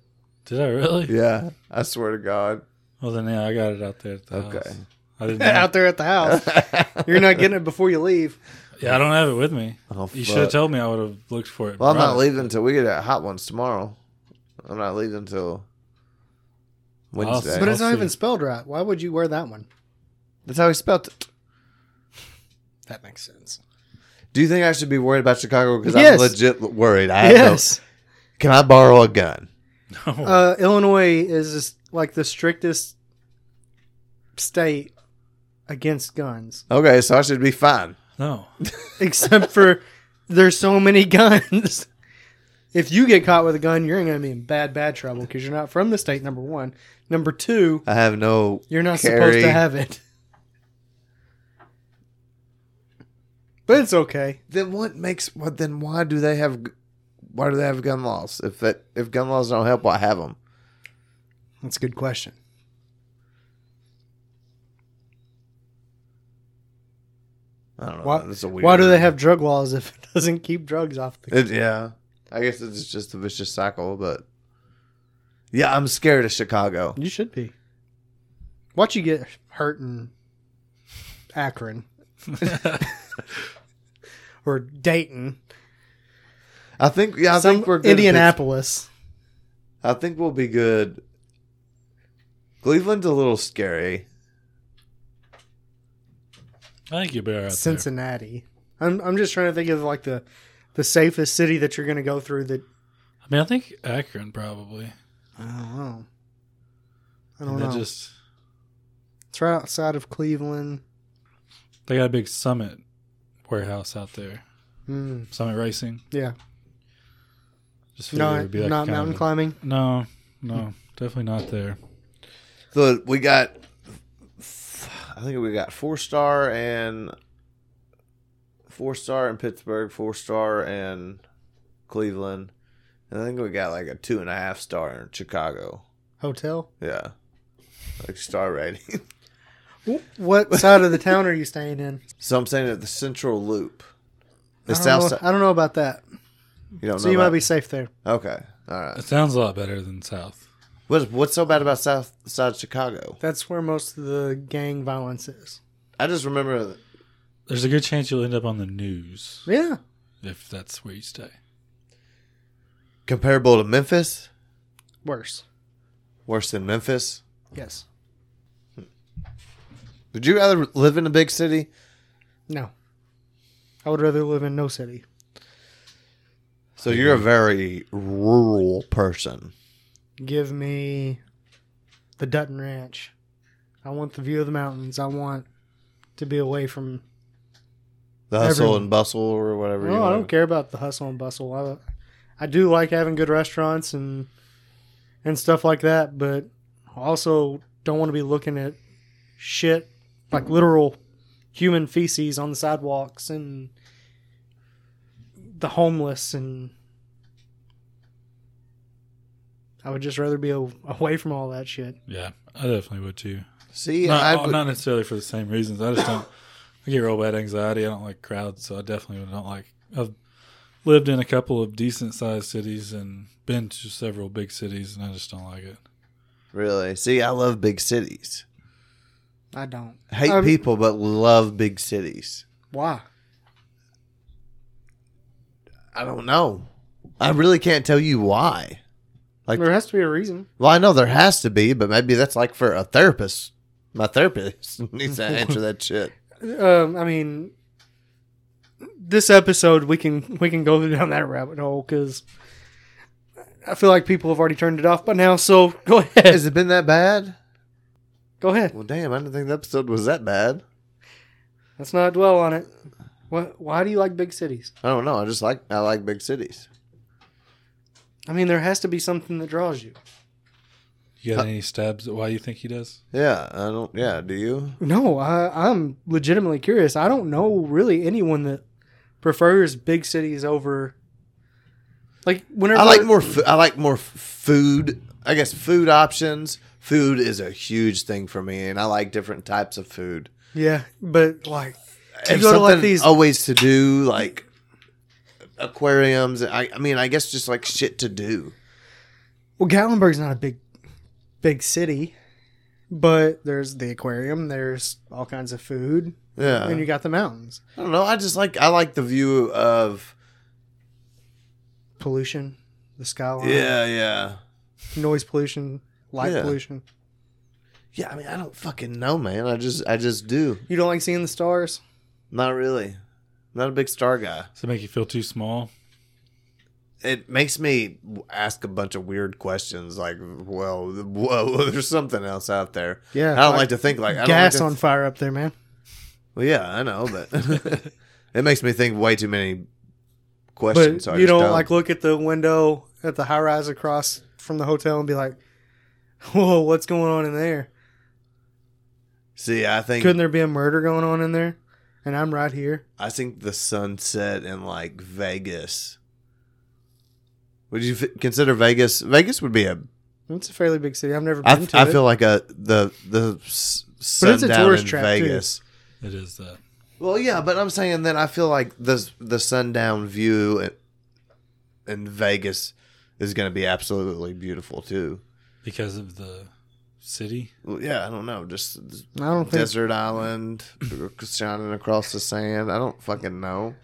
Speaker 3: Did I really?
Speaker 1: Yeah, I swear to God.
Speaker 3: Well, then yeah, I got it out there. At the
Speaker 1: Okay.
Speaker 3: house. I didn't. know.
Speaker 2: Out there at the house. You're not getting it before you leave.
Speaker 3: Yeah, I don't have it with me.
Speaker 1: Oh,
Speaker 3: You
Speaker 1: fuck.
Speaker 3: should have told me. I would have looked for it. and
Speaker 1: Well, I'm not
Speaker 3: brought it.
Speaker 1: leaving until we get at Hot Ones tomorrow. I'm not leaving until Wednesday.
Speaker 2: But
Speaker 3: I'll
Speaker 2: it's not
Speaker 3: see.
Speaker 2: even spelled right. Why would you wear that one?
Speaker 1: That's how he spelled it.
Speaker 2: That makes sense.
Speaker 1: Do you think I should be worried about Chicago? Because
Speaker 2: Yes.
Speaker 1: I'm legit worried. I have no-
Speaker 2: Yes.
Speaker 1: Can I borrow a gun?
Speaker 2: Uh, Illinois is just, like the strictest state against guns,
Speaker 1: Okay, so I should be fine.
Speaker 3: No.
Speaker 2: except for there's so many guns. If you get caught with a gun, you're going to be in bad, bad trouble because you're not from the state, number one. Number two,
Speaker 1: I have no.
Speaker 2: You're not supposed
Speaker 1: Carry.
Speaker 2: to have it. But it's okay.
Speaker 1: Then what makes? What then? Why do they have? g- Why do they have gun laws? If that if gun laws don't help, why have them?
Speaker 2: That's a good question.
Speaker 1: I don't know.
Speaker 2: Why,
Speaker 1: Uh, That's a weird.
Speaker 2: why do they have drug laws if it doesn't keep drugs off the
Speaker 1: It, yeah, I guess it's just a vicious cycle. But yeah, I'm scared of Chicago.
Speaker 2: You should be. Watch you get hurt in Akron or Dayton.
Speaker 1: I think. Yeah, I
Speaker 2: Some
Speaker 1: think we're good in
Speaker 2: Indianapolis.
Speaker 1: Pitts- I think we'll be good. Cleveland's a little scary.
Speaker 3: I think you'd be all right.
Speaker 2: Cincinnati.
Speaker 3: Cincinnati.
Speaker 2: I'm I'm just trying to think of like the the safest city that you're gonna go through that
Speaker 3: I mean, I think Akron probably.
Speaker 2: I don't know. I
Speaker 3: And
Speaker 2: don't
Speaker 3: they
Speaker 2: know.
Speaker 3: just
Speaker 2: it's right outside of Cleveland.
Speaker 3: they got a big Summit warehouse out there.
Speaker 2: Hmm.
Speaker 3: Summit Racing.
Speaker 2: Yeah.
Speaker 3: Just figured it
Speaker 2: No,
Speaker 3: would be like
Speaker 2: not
Speaker 3: kind of
Speaker 2: mountain
Speaker 3: a-
Speaker 2: climbing.
Speaker 3: No, no, definitely not there.
Speaker 1: So we got. I think we got four star and four star in Pittsburgh, four star in Cleveland, and I think we got like a two and a half star in Chicago.
Speaker 2: Hotel.
Speaker 1: Yeah, like star rating.
Speaker 2: What side of the town are you staying in?
Speaker 1: So I'm saying at the Central Loop, the
Speaker 2: I don't,
Speaker 1: South
Speaker 2: know,
Speaker 1: Side.
Speaker 2: I don't know about that.
Speaker 1: You don't
Speaker 2: So
Speaker 1: know
Speaker 2: you might be
Speaker 1: about-
Speaker 2: safe there.
Speaker 1: okay. All right.
Speaker 3: It sounds a lot better than South.
Speaker 1: What's what's so bad about South Side Chicago?
Speaker 2: That's where most of the gang violence is.
Speaker 1: I just remember. that-
Speaker 3: There's a good chance you'll end up on the news
Speaker 2: Yeah.
Speaker 3: if that's where you stay.
Speaker 1: Comparable to Memphis,
Speaker 2: Worse.
Speaker 1: worse than Memphis.
Speaker 2: Yes.
Speaker 1: Would you rather live in a big city?
Speaker 2: No. I would rather live in no city.
Speaker 1: So you're a very rural person.
Speaker 2: Give me the Dutton Ranch. I want the view of the mountains. I want to be away from.
Speaker 1: The hustle
Speaker 2: Everyone-
Speaker 1: and bustle or whatever you
Speaker 2: No, I
Speaker 1: want.
Speaker 2: don't care about the hustle and bustle. I, I do like having good restaurants and and stuff like that, but I also don't want to be looking at shit like literal human feces on the sidewalks and the homeless and I would just rather be a, away from all that shit.
Speaker 3: Yeah, I definitely would too.
Speaker 1: See,
Speaker 3: not,
Speaker 1: I
Speaker 3: oh,
Speaker 1: would-
Speaker 3: not necessarily for the same reasons. I just don't. I get real bad anxiety. I don't like crowds, so I definitely don't like I've lived in a couple of decent sized cities and been to several big cities, and I just don't like it.
Speaker 1: Really? See, I love big cities.
Speaker 2: I don't.
Speaker 1: Hate
Speaker 2: Um,
Speaker 1: people, but love big cities.
Speaker 2: Why?
Speaker 1: I don't know. I really can't tell you why. Like,
Speaker 2: There has to be a reason.
Speaker 1: well, I know there has to be, but maybe that's like for a therapist. My therapist needs to answer that shit.
Speaker 2: Um, I mean, this episode we can we can go down that rabbit hole because I feel like people have already turned it off by now. So go ahead,
Speaker 1: Has it been that bad?
Speaker 2: go ahead.
Speaker 1: Well, damn, I didn't think the episode was that bad.
Speaker 2: Let's not dwell on it. What? Why do you like big cities?
Speaker 1: I don't know. I just like I like big cities.
Speaker 2: I mean, there has to be something that draws you.
Speaker 3: You got any stabs at why you think he does?
Speaker 1: Yeah, I don't. Yeah, do you?
Speaker 2: No, I, I'm legitimately curious. I don't know really anyone that prefers big cities over. Like whenever
Speaker 1: I like more. F- I like more f- food. I guess food options. Food is a huge thing for me, and I like different types of food.
Speaker 2: Yeah, but like you
Speaker 1: if
Speaker 2: go to like
Speaker 1: something
Speaker 2: these.
Speaker 1: always to do like aquariums. I, I mean, I guess just like shit to do.
Speaker 2: Well, Gatlinburg's not a big, big city, but there's the aquarium. There's all kinds of food,
Speaker 1: Yeah,
Speaker 2: and you got the mountains.
Speaker 1: I don't know. I just like I like the view of
Speaker 2: Pollution, the skyline.
Speaker 1: yeah, yeah,
Speaker 2: Noise pollution, light
Speaker 1: Yeah.
Speaker 2: pollution.
Speaker 1: yeah. I mean, I don't fucking know, man. I just I just do.
Speaker 2: You don't like seeing the stars.
Speaker 1: Not really. Not a big star guy.
Speaker 3: Does it make you feel too small?
Speaker 1: It makes me ask a bunch of weird questions, like, well, whoa, there's something else out there.
Speaker 2: Yeah,
Speaker 1: I don't like, to think like I don't
Speaker 2: gas
Speaker 1: like to-
Speaker 2: on fire up there, man.
Speaker 1: Well, yeah, I know, but it makes me think way too many questions.
Speaker 2: But
Speaker 1: so I
Speaker 2: you
Speaker 1: just
Speaker 2: don't, like look at the window at the high rise across from the hotel and be like, "Whoa, what's going on in there?
Speaker 1: See, I think
Speaker 2: Couldn't there be a murder going on in there?" And I'm right here.
Speaker 1: I think the sunset in like Vegas. Would you f- consider Vegas? Vegas would be a.
Speaker 2: It's a fairly big city. I've never
Speaker 1: I
Speaker 2: been to
Speaker 1: I
Speaker 2: it.
Speaker 1: feel like a the the s-
Speaker 2: But it's a
Speaker 1: sundown
Speaker 2: tourist
Speaker 1: in
Speaker 2: trap, too.
Speaker 1: Vegas.
Speaker 3: It is that.
Speaker 1: Well, yeah, but I'm saying that I feel like the the sundown view in, in Vegas is going to be absolutely beautiful too.
Speaker 3: Because of the city?
Speaker 1: Well, yeah, I don't know, just
Speaker 2: I don't think
Speaker 1: desert island shining across the sand. I don't fucking know.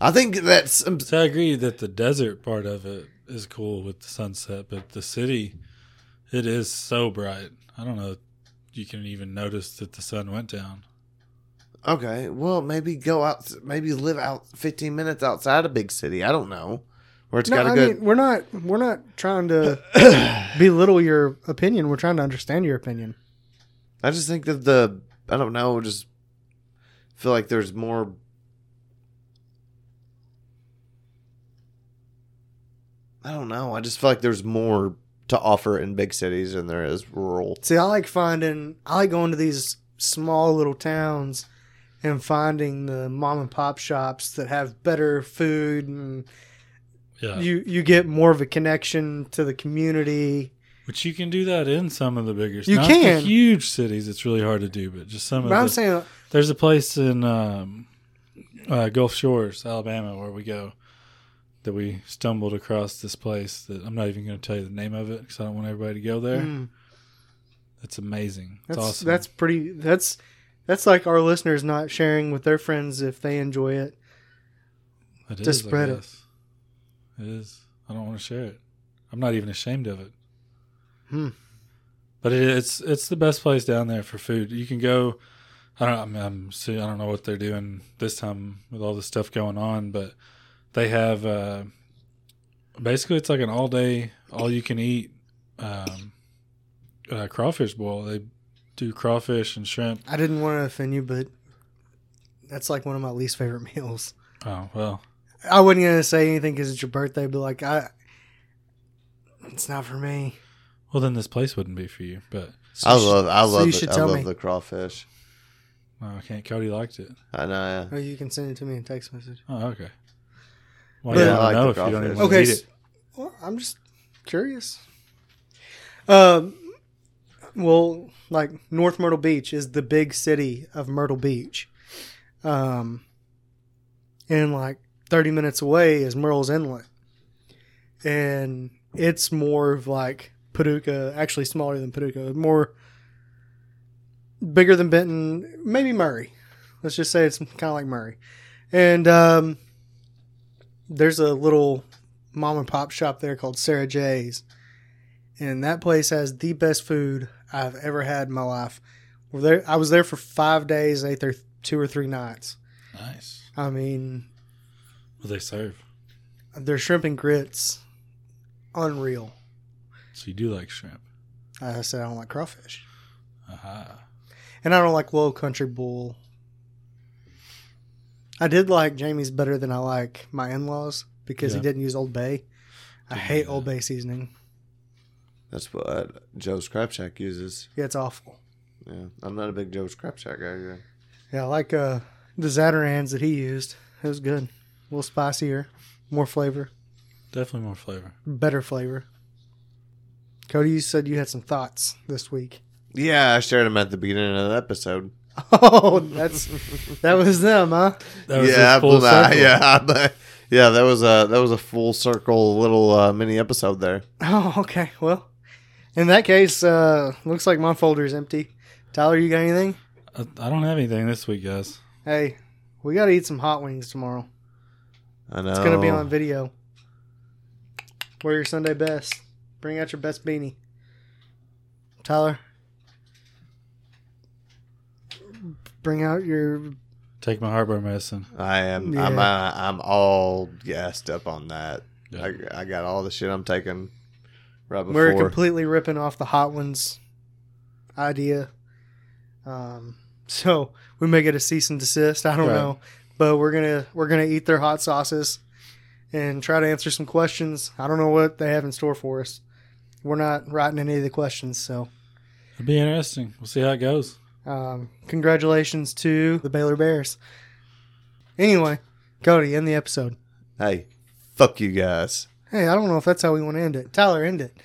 Speaker 1: I think that's
Speaker 3: So I agree that the desert part of it is cool with the sunset, but the city, it is so bright. I don't know if you can even notice that the sun went down.
Speaker 1: okay. Well, maybe go out, maybe live out 15 minutes outside a big city. I don't know where it's
Speaker 2: no,
Speaker 1: got a
Speaker 2: I
Speaker 1: good.
Speaker 2: mean we're not we're not trying to belittle your opinion. We're trying to understand your opinion.
Speaker 1: I just think that the I don't know, just feel like there's more. I don't know. I just feel like there's more to offer in big cities than there is rural.
Speaker 2: See, I like finding I like going to these small little towns and finding the mom and pop shops that have better food and
Speaker 3: Yeah.
Speaker 2: you you get more of a connection to the community.
Speaker 3: Which you can do that in some of the bigger
Speaker 2: You
Speaker 3: not
Speaker 2: can.
Speaker 3: The huge cities, it's really hard to do, but just some
Speaker 2: But
Speaker 3: of the.
Speaker 2: I'm saying
Speaker 3: There's a place in um, uh, Gulf Shores, Alabama, where we go that we stumbled across this place that I'm not even going to tell you the name of it because I don't want everybody to go there.
Speaker 2: mm,
Speaker 3: It's amazing. It's
Speaker 2: that's
Speaker 3: awesome.
Speaker 2: that's pretty that's that's like our listeners not sharing with their friends if they enjoy it.
Speaker 3: It
Speaker 2: Just
Speaker 3: I
Speaker 2: spread it.
Speaker 3: guess. It is. I don't want to share it. I'm not even ashamed of it.
Speaker 2: Hmm.
Speaker 3: But it, it's it's the best place down there for food. You can go. I don't. I, mean, I'm, see- I don't know what they're doing this time with all this stuff going on, but they have. Uh, basically, it's like an all day, all you can eat um, uh, crawfish boil. They do crawfish and shrimp.
Speaker 2: I didn't want to offend you, but that's like one of my least favorite meals.
Speaker 3: Oh well,
Speaker 2: I wasn't gonna say anything because it's your birthday, but like I, it's not for me.
Speaker 3: well then this place wouldn't be for you. But
Speaker 2: So
Speaker 1: I
Speaker 2: you should-
Speaker 1: love, I
Speaker 2: so
Speaker 1: love,
Speaker 2: you
Speaker 1: the,
Speaker 2: should
Speaker 1: I
Speaker 2: tell
Speaker 1: love
Speaker 2: me.
Speaker 1: the crawfish.
Speaker 3: no, I can't. Cody liked it.
Speaker 1: I know.
Speaker 2: Oh, you can send it to me in text message.
Speaker 3: Oh, okay. Well,
Speaker 2: But-
Speaker 3: yeah,
Speaker 2: Yeah,
Speaker 3: I
Speaker 1: I like
Speaker 3: know
Speaker 1: the
Speaker 3: if you
Speaker 1: crawfish.
Speaker 3: don't even
Speaker 2: Okay,
Speaker 3: okay, eat
Speaker 2: s-
Speaker 3: it.
Speaker 2: well, I'm just curious. Um, well, like North Myrtle Beach is the big city of Myrtle Beach, um, and like 30 minutes away is Merle's Inlet. And it's more of like Paducah, actually smaller than Paducah, more bigger than Benton, maybe Murray. Let's just say it's kind of like Murray. And um, there's a little mom and pop shop there called Sarah J's. And that place has the best food I've ever had in my life. We're there, I was there for five days, ate there two or three nights.
Speaker 3: Nice.
Speaker 2: I mean,
Speaker 3: Well, they serve.
Speaker 2: their shrimp and grits, unreal.
Speaker 3: So you do like shrimp.
Speaker 2: I said I don't like crawfish,
Speaker 3: Aha.
Speaker 2: and I don't like Low Country Bull. I did like Jamie's better than I like my in-laws because
Speaker 3: Yeah.
Speaker 2: he didn't use Old Bay. I
Speaker 3: Didn't
Speaker 2: hate
Speaker 3: do
Speaker 2: Old Bay seasoning.
Speaker 1: That's what Joe's Crab Shack uses.
Speaker 2: Yeah, it's awful.
Speaker 1: Yeah, I'm not a big Joe's Crab Shack guy. Yeah.
Speaker 2: Yeah, I like uh, the Zatarans that he used. It was good. A little spicier, more flavor,
Speaker 3: Definitely more flavor.
Speaker 2: better flavor. Cody, you said you had some thoughts this week.
Speaker 1: Yeah, I shared him at the beginning of the episode.
Speaker 2: Oh, that's that was them, huh?
Speaker 3: That was
Speaker 1: yeah,
Speaker 3: just full
Speaker 1: but, uh,
Speaker 3: circle.
Speaker 1: yeah, but- yeah. That was a that was a full circle little uh, mini episode there.
Speaker 2: Oh, okay. Well, in that case, uh, looks like my folder is empty. Tyler, you got anything?
Speaker 3: I, I don't have anything this week, guys.
Speaker 2: Hey, we got to eat some hot wings tomorrow.
Speaker 1: I know
Speaker 2: It's going to be on video. Wear your Sunday best. Bring out your best beanie. Tyler, bring out your.
Speaker 3: Take my heartburn medicine.
Speaker 1: I am. I'm.
Speaker 2: Yeah.
Speaker 1: Uh, I'm all gassed up on that.
Speaker 3: Yeah.
Speaker 1: I, I got all the shit I'm taking right before.
Speaker 2: We're completely ripping off the hot ones idea. Um, so we may get a cease and desist. I don't
Speaker 3: Right.
Speaker 2: know, but we're gonna we're gonna eat their hot sauces and try to answer some questions. I don't know what they have in store for us. We're not writing any of the questions, so
Speaker 3: It'll be interesting. We'll see how it goes.
Speaker 2: um, congratulations to the Baylor Bears. Anyway, Cody, end the episode.
Speaker 1: hey, fuck you guys.
Speaker 2: Hey, I don't know if that's how we want to end it. Tyler, end it.